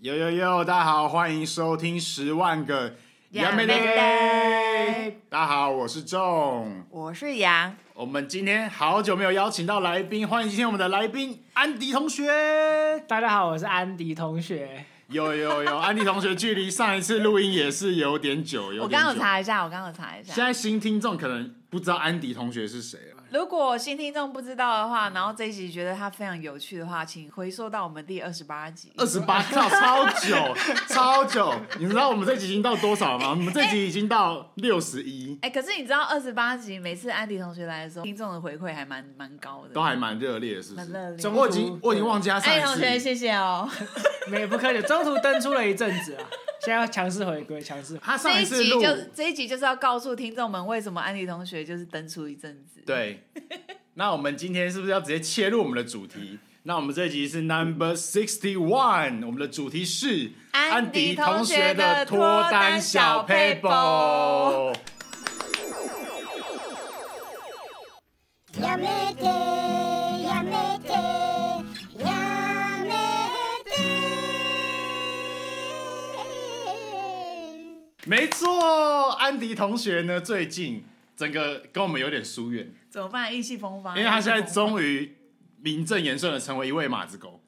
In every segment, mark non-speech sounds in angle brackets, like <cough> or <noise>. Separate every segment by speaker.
Speaker 1: 呦呦呦，大家好，欢迎收听《十万个
Speaker 2: 杨
Speaker 1: 梅
Speaker 2: 梅
Speaker 1: 梅
Speaker 2: 梅。
Speaker 1: 大家好，我是仲。
Speaker 2: 我是杨，
Speaker 1: 我们今天好久没有邀请到来宾，欢迎今天我们的来宾安迪同学。
Speaker 3: 大家好，我是安迪同学。
Speaker 1: 有有有，安迪同学，距离上一次录音也是有点久，有
Speaker 2: 我
Speaker 1: 点
Speaker 2: 刚刚有
Speaker 1: 久。
Speaker 2: 查一下，我刚刚有查一
Speaker 1: 现
Speaker 2: 下。
Speaker 1: 在新听众可能不知道安迪同学是谁了。
Speaker 2: 如果新听众不知道的话，然后这一集觉得它非常有趣的话，请回溯到我们第二十八集。
Speaker 1: 二十八跳超
Speaker 2: <laughs>
Speaker 1: 久，超久！你知道我们这集已经到多少吗？我们这集已经到六十一，
Speaker 2: 哎、可是你知道二十八集每次安迪同学来的时候，听众的回馈还蛮蛮高的，
Speaker 1: 都还蛮热烈的，是不
Speaker 2: 蛮
Speaker 1: 是？
Speaker 2: 热烈
Speaker 3: 中
Speaker 2: 的。
Speaker 1: 我已经我已经忘记他上
Speaker 2: 安迪同学，
Speaker 1: 一次，
Speaker 2: 谢谢哦。
Speaker 3: 没不客气，中途登出了一阵子啊，现在要强势回归，强势。
Speaker 1: 他
Speaker 2: 这
Speaker 1: 上
Speaker 2: 一
Speaker 1: 次
Speaker 2: 集
Speaker 1: 录
Speaker 2: 就这一集就是要告诉听众们为什么安迪同学就是登出一阵子。
Speaker 1: 对。那我们今天是不是要直接切入我们的主题？那我们这集是 Number Sixty One，我们的主题是
Speaker 2: 安迪同学
Speaker 1: 的
Speaker 2: 的
Speaker 1: 脱
Speaker 2: 脱
Speaker 1: 单
Speaker 2: 单
Speaker 1: 小
Speaker 2: 小
Speaker 1: paper
Speaker 2: paper。
Speaker 4: やめてやめてやめて
Speaker 1: 没错，安迪同学呢，最近整个跟我们有点疏远。
Speaker 2: 怎么办？意气风发。
Speaker 1: 因为他现在
Speaker 2: 意气风
Speaker 1: 终于名正言顺的成为一位马子
Speaker 2: <laughs>
Speaker 1: 狗，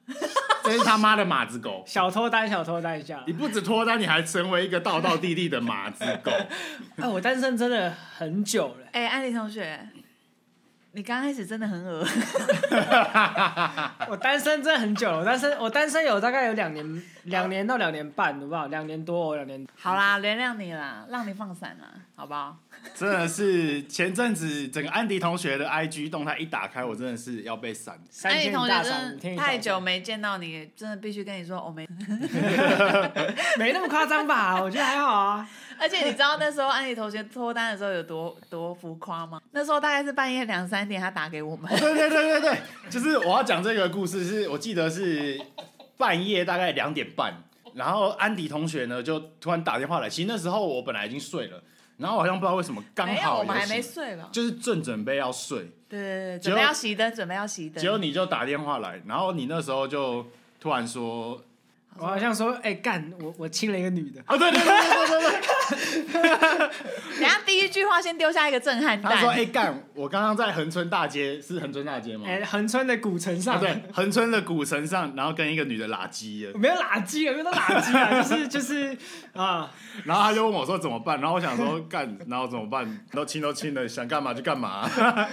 Speaker 1: 真是他妈的马子狗！
Speaker 3: 小脱单，小脱单一下
Speaker 1: 你。不止脱单，你还成为一个道道地地的马子狗。
Speaker 3: 哎、我单身真的很久了，
Speaker 2: 发哎、安迪同学，你刚开始真的很恶。 <laughs>
Speaker 3: 我单身真的很久了，我单身我单身有大概有两年，两年到两年半，好不好？两年多，两年。
Speaker 2: 好啦，原谅你啦，让你放闪啦，好不好？
Speaker 1: 真的是前阵子整个安迪同学的 IG 动态一打开，我真的是要被闪。
Speaker 3: 三
Speaker 2: 你
Speaker 3: 天
Speaker 2: 同
Speaker 3: 一
Speaker 2: 学
Speaker 3: 大三，五
Speaker 2: 真
Speaker 3: 天一
Speaker 2: 的
Speaker 3: 小
Speaker 2: 太
Speaker 3: 三
Speaker 2: 久，没见到你，真的必须跟你说，我、没。
Speaker 3: 没那么夸张吧？我觉得还好啊。
Speaker 2: <laughs> 而且你知道那时候安迪同学脱单的时候有多多浮夸吗？那时候大概是半夜两三点，他打给我们，
Speaker 1: 对对对对对，就是我要讲这个故事是，我记得是半夜大概两点半，然后安迪同学呢就突然打电话来，其实那时候我本来已经睡了，然后我好像不知道为什么刚
Speaker 2: 没有，
Speaker 1: 好
Speaker 2: 我们
Speaker 1: 有
Speaker 2: 还没
Speaker 1: 醒
Speaker 2: 睡吧？
Speaker 1: 就是正准备要睡，
Speaker 2: 对对对，
Speaker 1: 结
Speaker 2: 准
Speaker 1: 果
Speaker 2: 备要熄灯，准备要熄
Speaker 1: 结果
Speaker 2: 灯。
Speaker 1: 你就打电话来，然后你那时候就突然说，
Speaker 3: 我好像说，哎、干，我我亲了一个女的。
Speaker 1: 啊，对对对对对对，
Speaker 2: 等一下第一句话先丢下一个震撼
Speaker 1: 他
Speaker 2: 弹。
Speaker 1: 说，哎、干，我刚刚在恒春大街，是恒春大街
Speaker 2: 嗯
Speaker 1: 吗？
Speaker 3: 哎、横村的古城上，
Speaker 1: 啊， <laughs> 对，恒春的古城上，然后跟一个女的拉鸡了， <laughs>
Speaker 3: 没有垃圾啊，没有垃
Speaker 2: <laughs>
Speaker 3: 圾啊，就是就是啊，
Speaker 1: 然后他就问我说怎么办，然后我想说干，然后怎么办，都亲都亲了，想干嘛就干嘛， <laughs>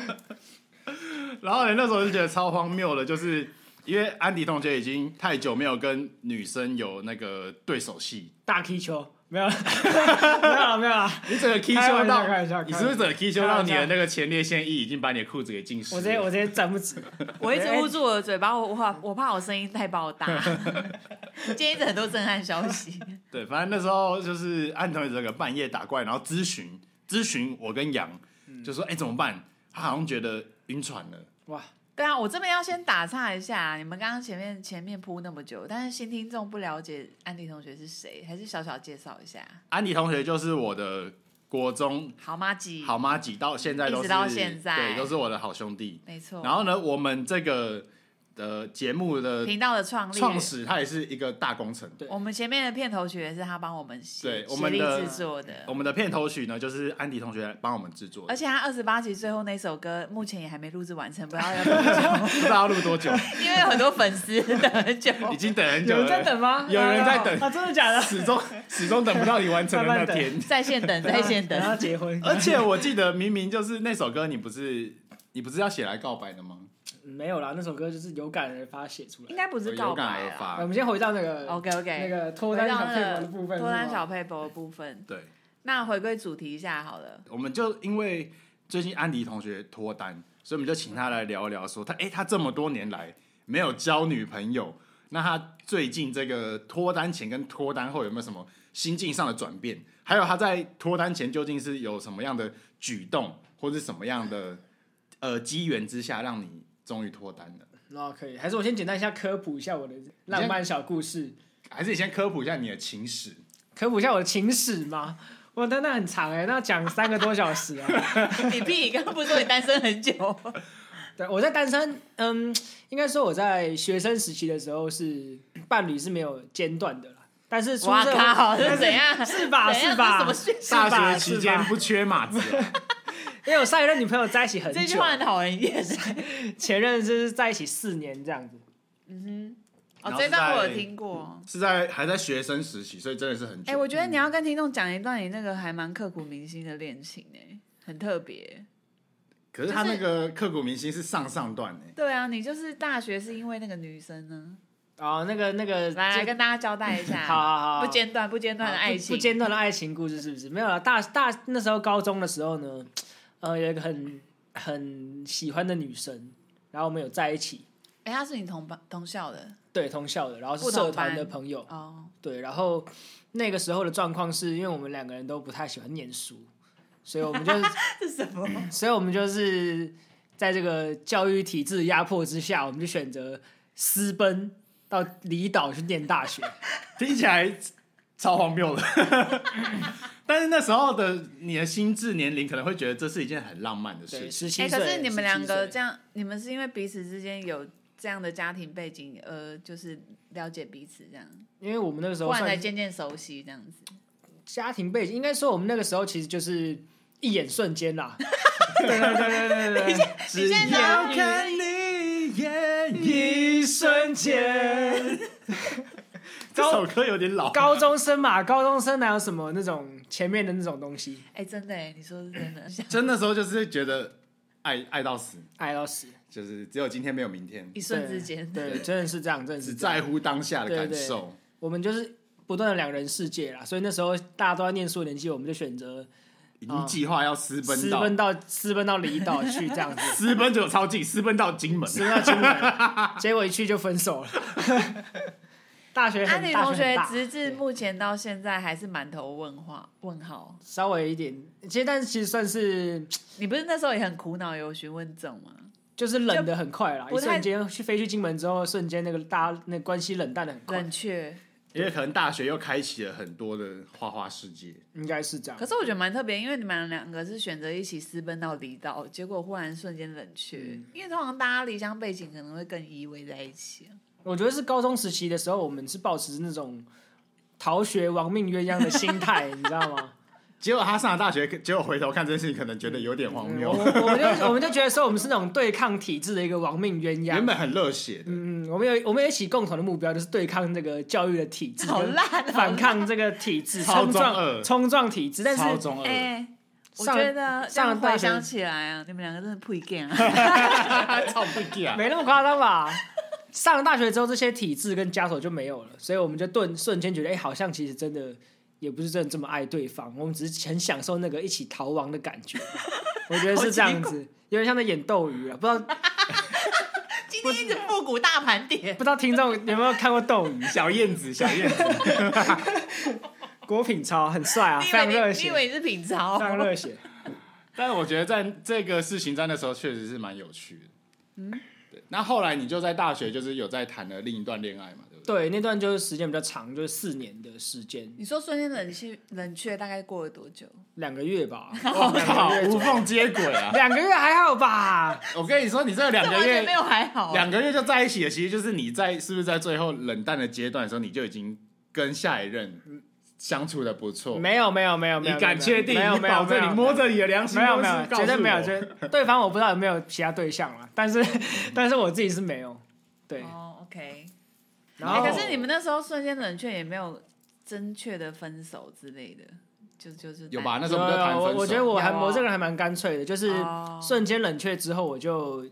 Speaker 1: 然后呢，那时候就觉得超荒谬的，就是因为安迪同学已经太久没有跟女生有那个对手戏，
Speaker 3: 大踢球没 <laughs> 有了，没有了，没有了。
Speaker 1: 你整个 K
Speaker 3: 开
Speaker 1: 修
Speaker 3: 玩笑
Speaker 1: 到
Speaker 3: 开玩笑，
Speaker 1: 你是不是整个 K 修
Speaker 3: 开玩
Speaker 1: 到
Speaker 3: 笑
Speaker 1: 你的那个前列腺液已经把你的裤子给浸湿了？
Speaker 3: 我直接我直接站不直，
Speaker 2: 我一直
Speaker 1: 哎
Speaker 2: 捂住我的嘴巴，我我怕我怕我声音太
Speaker 1: <laughs>
Speaker 2: 爆大。今天一直很多震撼消息， <laughs>
Speaker 1: 对，反正那时候就是安同学整个半夜打怪，然后咨询咨询我跟杨，就说哎、怎么办？他好像觉得晕船了。
Speaker 3: 哇，
Speaker 2: 对啊，我这边要先打岔一下，啊你们刚刚前面前面铺那么久，但是新听众不了解安迪同学是谁，还是小小介绍一下。啊
Speaker 1: 安迪同学就是我的国中
Speaker 2: 好吗？吉，
Speaker 1: 好妈几到现在都是
Speaker 2: 一直到现在哦
Speaker 1: 对，都是我的好兄弟。
Speaker 2: 没错。
Speaker 1: 然后呢，我们这个呃节目的
Speaker 2: 频道的创立，
Speaker 1: 创始，他也是一个大工程。
Speaker 2: 我们前面的片头曲也是他帮我们写，
Speaker 1: 对我
Speaker 2: 实
Speaker 1: 们
Speaker 2: 力
Speaker 1: 的
Speaker 2: 制作的
Speaker 1: 我。们的片头曲呢，就是安迪同学帮我们制作的
Speaker 2: 而，且他二十八集最后那首歌，目前也还没录制完成，不知道要多
Speaker 1: <laughs>
Speaker 2: 久，
Speaker 1: 不知道录多久，
Speaker 2: 因为有很多粉丝等很久。
Speaker 1: 已经等很久
Speaker 3: 有
Speaker 1: 了。
Speaker 3: 人在等吗？
Speaker 1: 有人在等
Speaker 3: 啊，真的假的？
Speaker 1: 始终始终等不到你完成的那
Speaker 3: 慢慢等
Speaker 1: 天。
Speaker 2: 在
Speaker 1: <laughs>
Speaker 2: 线等，在线等
Speaker 3: 然。后啊结婚，
Speaker 1: 而且我记得明明就是那首歌，你不是你不是要写来告白的吗？
Speaker 3: 没有啦，那首歌就是有感而发写出
Speaker 2: 应
Speaker 3: 来。
Speaker 2: 该不是告
Speaker 1: 有感
Speaker 2: 白啊
Speaker 1: 而
Speaker 2: 啦。
Speaker 3: 啊我
Speaker 1: 发，
Speaker 3: 们先回到那个
Speaker 2: OK OK，
Speaker 3: 那个脱单小配文的部分，
Speaker 2: 脱单小
Speaker 3: 是吗
Speaker 2: 配博的部分。
Speaker 1: 对，
Speaker 2: 那回归主题一下好了，
Speaker 1: 我们就因为最近安迪同学脱单，所以我们就请他来聊一聊说他诶，他这么多年来没有交女朋友，那他最近这个脱单前跟脱单后有没有什么心境上的转变？还有他在脱单前究竟是有什么样的举动，或是什么样的呃机缘之下让你终于脱单了？
Speaker 3: 那可以，还是我先简单一下科普一下我的浪漫小故事，
Speaker 1: 还是你先科普一下你的情史？
Speaker 3: 科普一下我的情史吗？哇，那那很 <laughs> 长哎、那讲三个多小时啊。
Speaker 2: 你屁，你刚刚不是说你单身很久？
Speaker 3: 对， <laughs> 我在单身，嗯，应该说我在学生时期的时候是伴侣是没有间断的啦，但是出
Speaker 2: 哇
Speaker 3: 社会
Speaker 2: 靠，
Speaker 3: 但
Speaker 2: 是怎样？
Speaker 3: 是吧？
Speaker 2: 怎样
Speaker 3: 是吧？
Speaker 2: 这什么学
Speaker 3: 是吧
Speaker 1: 大学期
Speaker 3: 是
Speaker 1: 间
Speaker 3: 吧
Speaker 1: 不缺马子啊、
Speaker 3: 因为我上一任女朋友在一起很久，
Speaker 2: 这句话很讨人厌。
Speaker 3: 前任就是在一起四年这样子。
Speaker 2: 哦
Speaker 1: 然，后
Speaker 2: 这
Speaker 1: 是
Speaker 2: 段我
Speaker 1: 在
Speaker 2: 有听过。
Speaker 1: <laughs> 是在还在学生时期，所以真的是很久。
Speaker 2: 哎、我觉得
Speaker 3: 嗯
Speaker 2: 你要跟听众讲一段你那个还蛮刻骨铭心的恋情哎、很特别。
Speaker 1: 可是他那个刻骨铭心是上上段哎、
Speaker 2: 对啊，你就是大学是因为那个女生呢，
Speaker 3: 哦，那个那个，
Speaker 2: 来来
Speaker 3: 这
Speaker 2: 跟大家交代一下，
Speaker 3: <laughs> 好好好，
Speaker 2: 不间断不间断的爱情，
Speaker 3: 不不间断的爱情故事是不是？没有了。大大那时候高中的时候呢，呃，有一个很很喜欢的女生，然后我们有在一起，
Speaker 2: 哎、她是你同班同校的
Speaker 3: 对，同校的，然后是
Speaker 2: 不同
Speaker 3: 社团
Speaker 2: 班
Speaker 3: 的朋友， <laughs>
Speaker 2: 哦，
Speaker 3: 对。然后那个时候的状况是因为我们两个人都不太喜欢念书，所以我们就，
Speaker 2: 这是什么？
Speaker 3: 所以我们就是在这个教育体制压迫之下，我们就选择私奔到离岛去念
Speaker 1: <laughs>
Speaker 3: 大学。
Speaker 1: 听起来超荒谬的。 <laughs> 但是那时候的你的心智年龄可能会觉得这是一件很浪漫的事
Speaker 3: 对，
Speaker 1: 情。
Speaker 3: 十七
Speaker 2: 哎、
Speaker 3: 岁。
Speaker 2: 可是你们两个
Speaker 3: 17
Speaker 2: 这样，你们是因为彼此之间有这样的家庭背景，呃，就是了解彼此这样，
Speaker 3: 岁，因为我们那个时
Speaker 2: 忽
Speaker 3: 候
Speaker 2: 然
Speaker 3: 算
Speaker 2: 才
Speaker 3: 是
Speaker 2: 渐渐熟悉这样子。
Speaker 3: 家庭背景，应该说我们那个时候其实就是一眼瞬间啦。对对对对对对，
Speaker 1: 只
Speaker 2: 现在
Speaker 1: 要看你眼一瞬间。这首歌有点老，
Speaker 3: 高中生嘛，高中生哪有什么那种前面的那种东西，
Speaker 2: 哎、真的哎、你说是真的，
Speaker 3: <laughs>
Speaker 1: 真的时候就是觉得爱爱到死，
Speaker 3: 爱到死，
Speaker 1: 就是只有今天没有明天，
Speaker 2: 一瞬之间，
Speaker 1: <laughs>
Speaker 3: 对，对真的是这样，真的
Speaker 1: 只
Speaker 3: 是这样
Speaker 1: 在乎当下的感
Speaker 3: 对哦对
Speaker 1: 受。
Speaker 3: 我们就是不断的两人世界啦，所以那时候大家都在念书的年纪，我们就选择
Speaker 1: 已经计划要私奔
Speaker 3: 私
Speaker 1: 到，
Speaker 3: 奔到私奔到离岛去这样子
Speaker 1: 私奔就超近，私奔到金门。
Speaker 3: 私奔到金门，结果一去就分手了。大学
Speaker 2: 安
Speaker 3: 很
Speaker 2: 迪
Speaker 3: 大
Speaker 2: 啊同
Speaker 3: 学很
Speaker 2: 学
Speaker 3: 大
Speaker 2: 直至
Speaker 3: 对
Speaker 2: 目前到现在还是满头问话问号。
Speaker 3: 稍微一点，其实但是其实算是
Speaker 2: 你不是那时候也很苦恼，有询问症吗？
Speaker 3: 就是冷的很快啦，
Speaker 2: 就
Speaker 3: 一
Speaker 2: 不太
Speaker 3: 瞬间去飞去金门之后，瞬间那个大那个关系冷淡的很快
Speaker 2: 冷，却，
Speaker 1: 因为可能大学又开启了很多的花花世界，
Speaker 3: 应该是这样。
Speaker 2: 可是我觉得蛮特别，因为你们两个是选择一起私奔到离岛，结果忽然瞬间冷却。
Speaker 3: 嗯
Speaker 2: 因为通常大家离乡背景可能会更依偎在一起啊、
Speaker 3: 我觉得是高中时期的时候，我们是保持那种逃学亡命鸳鸯的心态，你知道吗？
Speaker 1: 结果他上了大学，结果回头看这件事情，可能觉得有点荒
Speaker 3: 嗯我
Speaker 1: 谬。
Speaker 3: 我们就我们就觉得说，我们是那种对抗体制的一个亡命鸳
Speaker 1: <laughs> 原
Speaker 3: 鸯。
Speaker 1: 本很热血的，
Speaker 3: 嗯，我们有我们有一起共同的目标，就是对抗这个教育的体制，
Speaker 2: 啊好烂好烂
Speaker 3: <laughs> 反抗这个体制，
Speaker 1: 超
Speaker 3: 冲
Speaker 1: 中二
Speaker 3: 撞冲撞体制。但
Speaker 1: 超
Speaker 3: 是
Speaker 1: 中二。
Speaker 2: 哎、
Speaker 1: <laughs>
Speaker 2: 我
Speaker 3: 上
Speaker 2: 觉得这
Speaker 3: 上了
Speaker 2: 样
Speaker 3: 大
Speaker 2: 回
Speaker 3: 学
Speaker 2: 想起来啊，你们两个真的不一样、啊。
Speaker 3: <laughs>
Speaker 1: 超不假。
Speaker 3: 没那么夸张吧？ <laughs> 上了大学之后，这些体制跟枷锁就没有了，所以我们就顿瞬间觉得，哎、好像其实真的也不是真的这么爱对方，我们只是很享受那个一起逃亡的感觉。我觉得是这样子，有点像在演斗鱼啊，不知道不
Speaker 2: 今天一直复古大盘点，
Speaker 3: 知道听众有没有看过
Speaker 1: <laughs>
Speaker 3: 斗鱼？
Speaker 1: 小燕子，小燕
Speaker 3: <laughs>
Speaker 1: 子，
Speaker 3: 郭品超很帅啊，
Speaker 2: 你以
Speaker 3: 非
Speaker 2: 为
Speaker 3: 常
Speaker 2: 你
Speaker 3: 热
Speaker 2: 你
Speaker 3: 血，
Speaker 2: 以
Speaker 3: 非
Speaker 2: 为你是品超？ <laughs>
Speaker 3: 常热血。
Speaker 1: 但是我觉得在这个事情在那时候确实是蛮有趣的。嗯，对。那后来你就在大学就是有在谈了另一段恋爱嘛，对不对？
Speaker 3: 对，那段就是时间比较长，就是四年的时间，
Speaker 2: 你说瞬间冷却，冷却大概过了多久？
Speaker 3: 两个月吧，
Speaker 1: 我哦靠，无缝接轨啊！
Speaker 3: 两个月还好吧？
Speaker 1: 我跟你说，你这两
Speaker 2: 这
Speaker 1: 个
Speaker 3: <laughs>
Speaker 2: 完
Speaker 1: 月
Speaker 2: 全没有还
Speaker 3: 哦
Speaker 2: 好、啊
Speaker 1: 两。个月就在一起了，其实就是你在是不是在最后冷淡的阶段的时候，你就已经跟下一任相处的不错。
Speaker 3: 没有没有没有没
Speaker 1: 你
Speaker 3: 有，
Speaker 1: 敢确定？
Speaker 3: 没有
Speaker 1: 你
Speaker 3: 没有
Speaker 1: 保
Speaker 3: 没
Speaker 1: 证
Speaker 3: 有
Speaker 1: 你
Speaker 3: 没有
Speaker 1: 摸着你的良心，
Speaker 3: 没有没有，
Speaker 1: 告诉
Speaker 3: 绝对没有，
Speaker 1: 我
Speaker 3: 绝对方我不知道有没有其他对象了，但是 <laughs> 但是我自己是没有，对，
Speaker 2: 哦，OK、
Speaker 3: 然
Speaker 2: 哎、
Speaker 3: 后、
Speaker 2: 可是你们那时候瞬间冷却也没有正确的分手之类的，就就是
Speaker 1: 有吧？那时
Speaker 3: 有
Speaker 1: 候我们在谈
Speaker 3: 有呃我
Speaker 1: 分手。
Speaker 3: 我觉得我还
Speaker 2: 有啊
Speaker 3: 我这个人还蛮干脆的，就是
Speaker 2: 哦
Speaker 3: 瞬间冷却之后，我就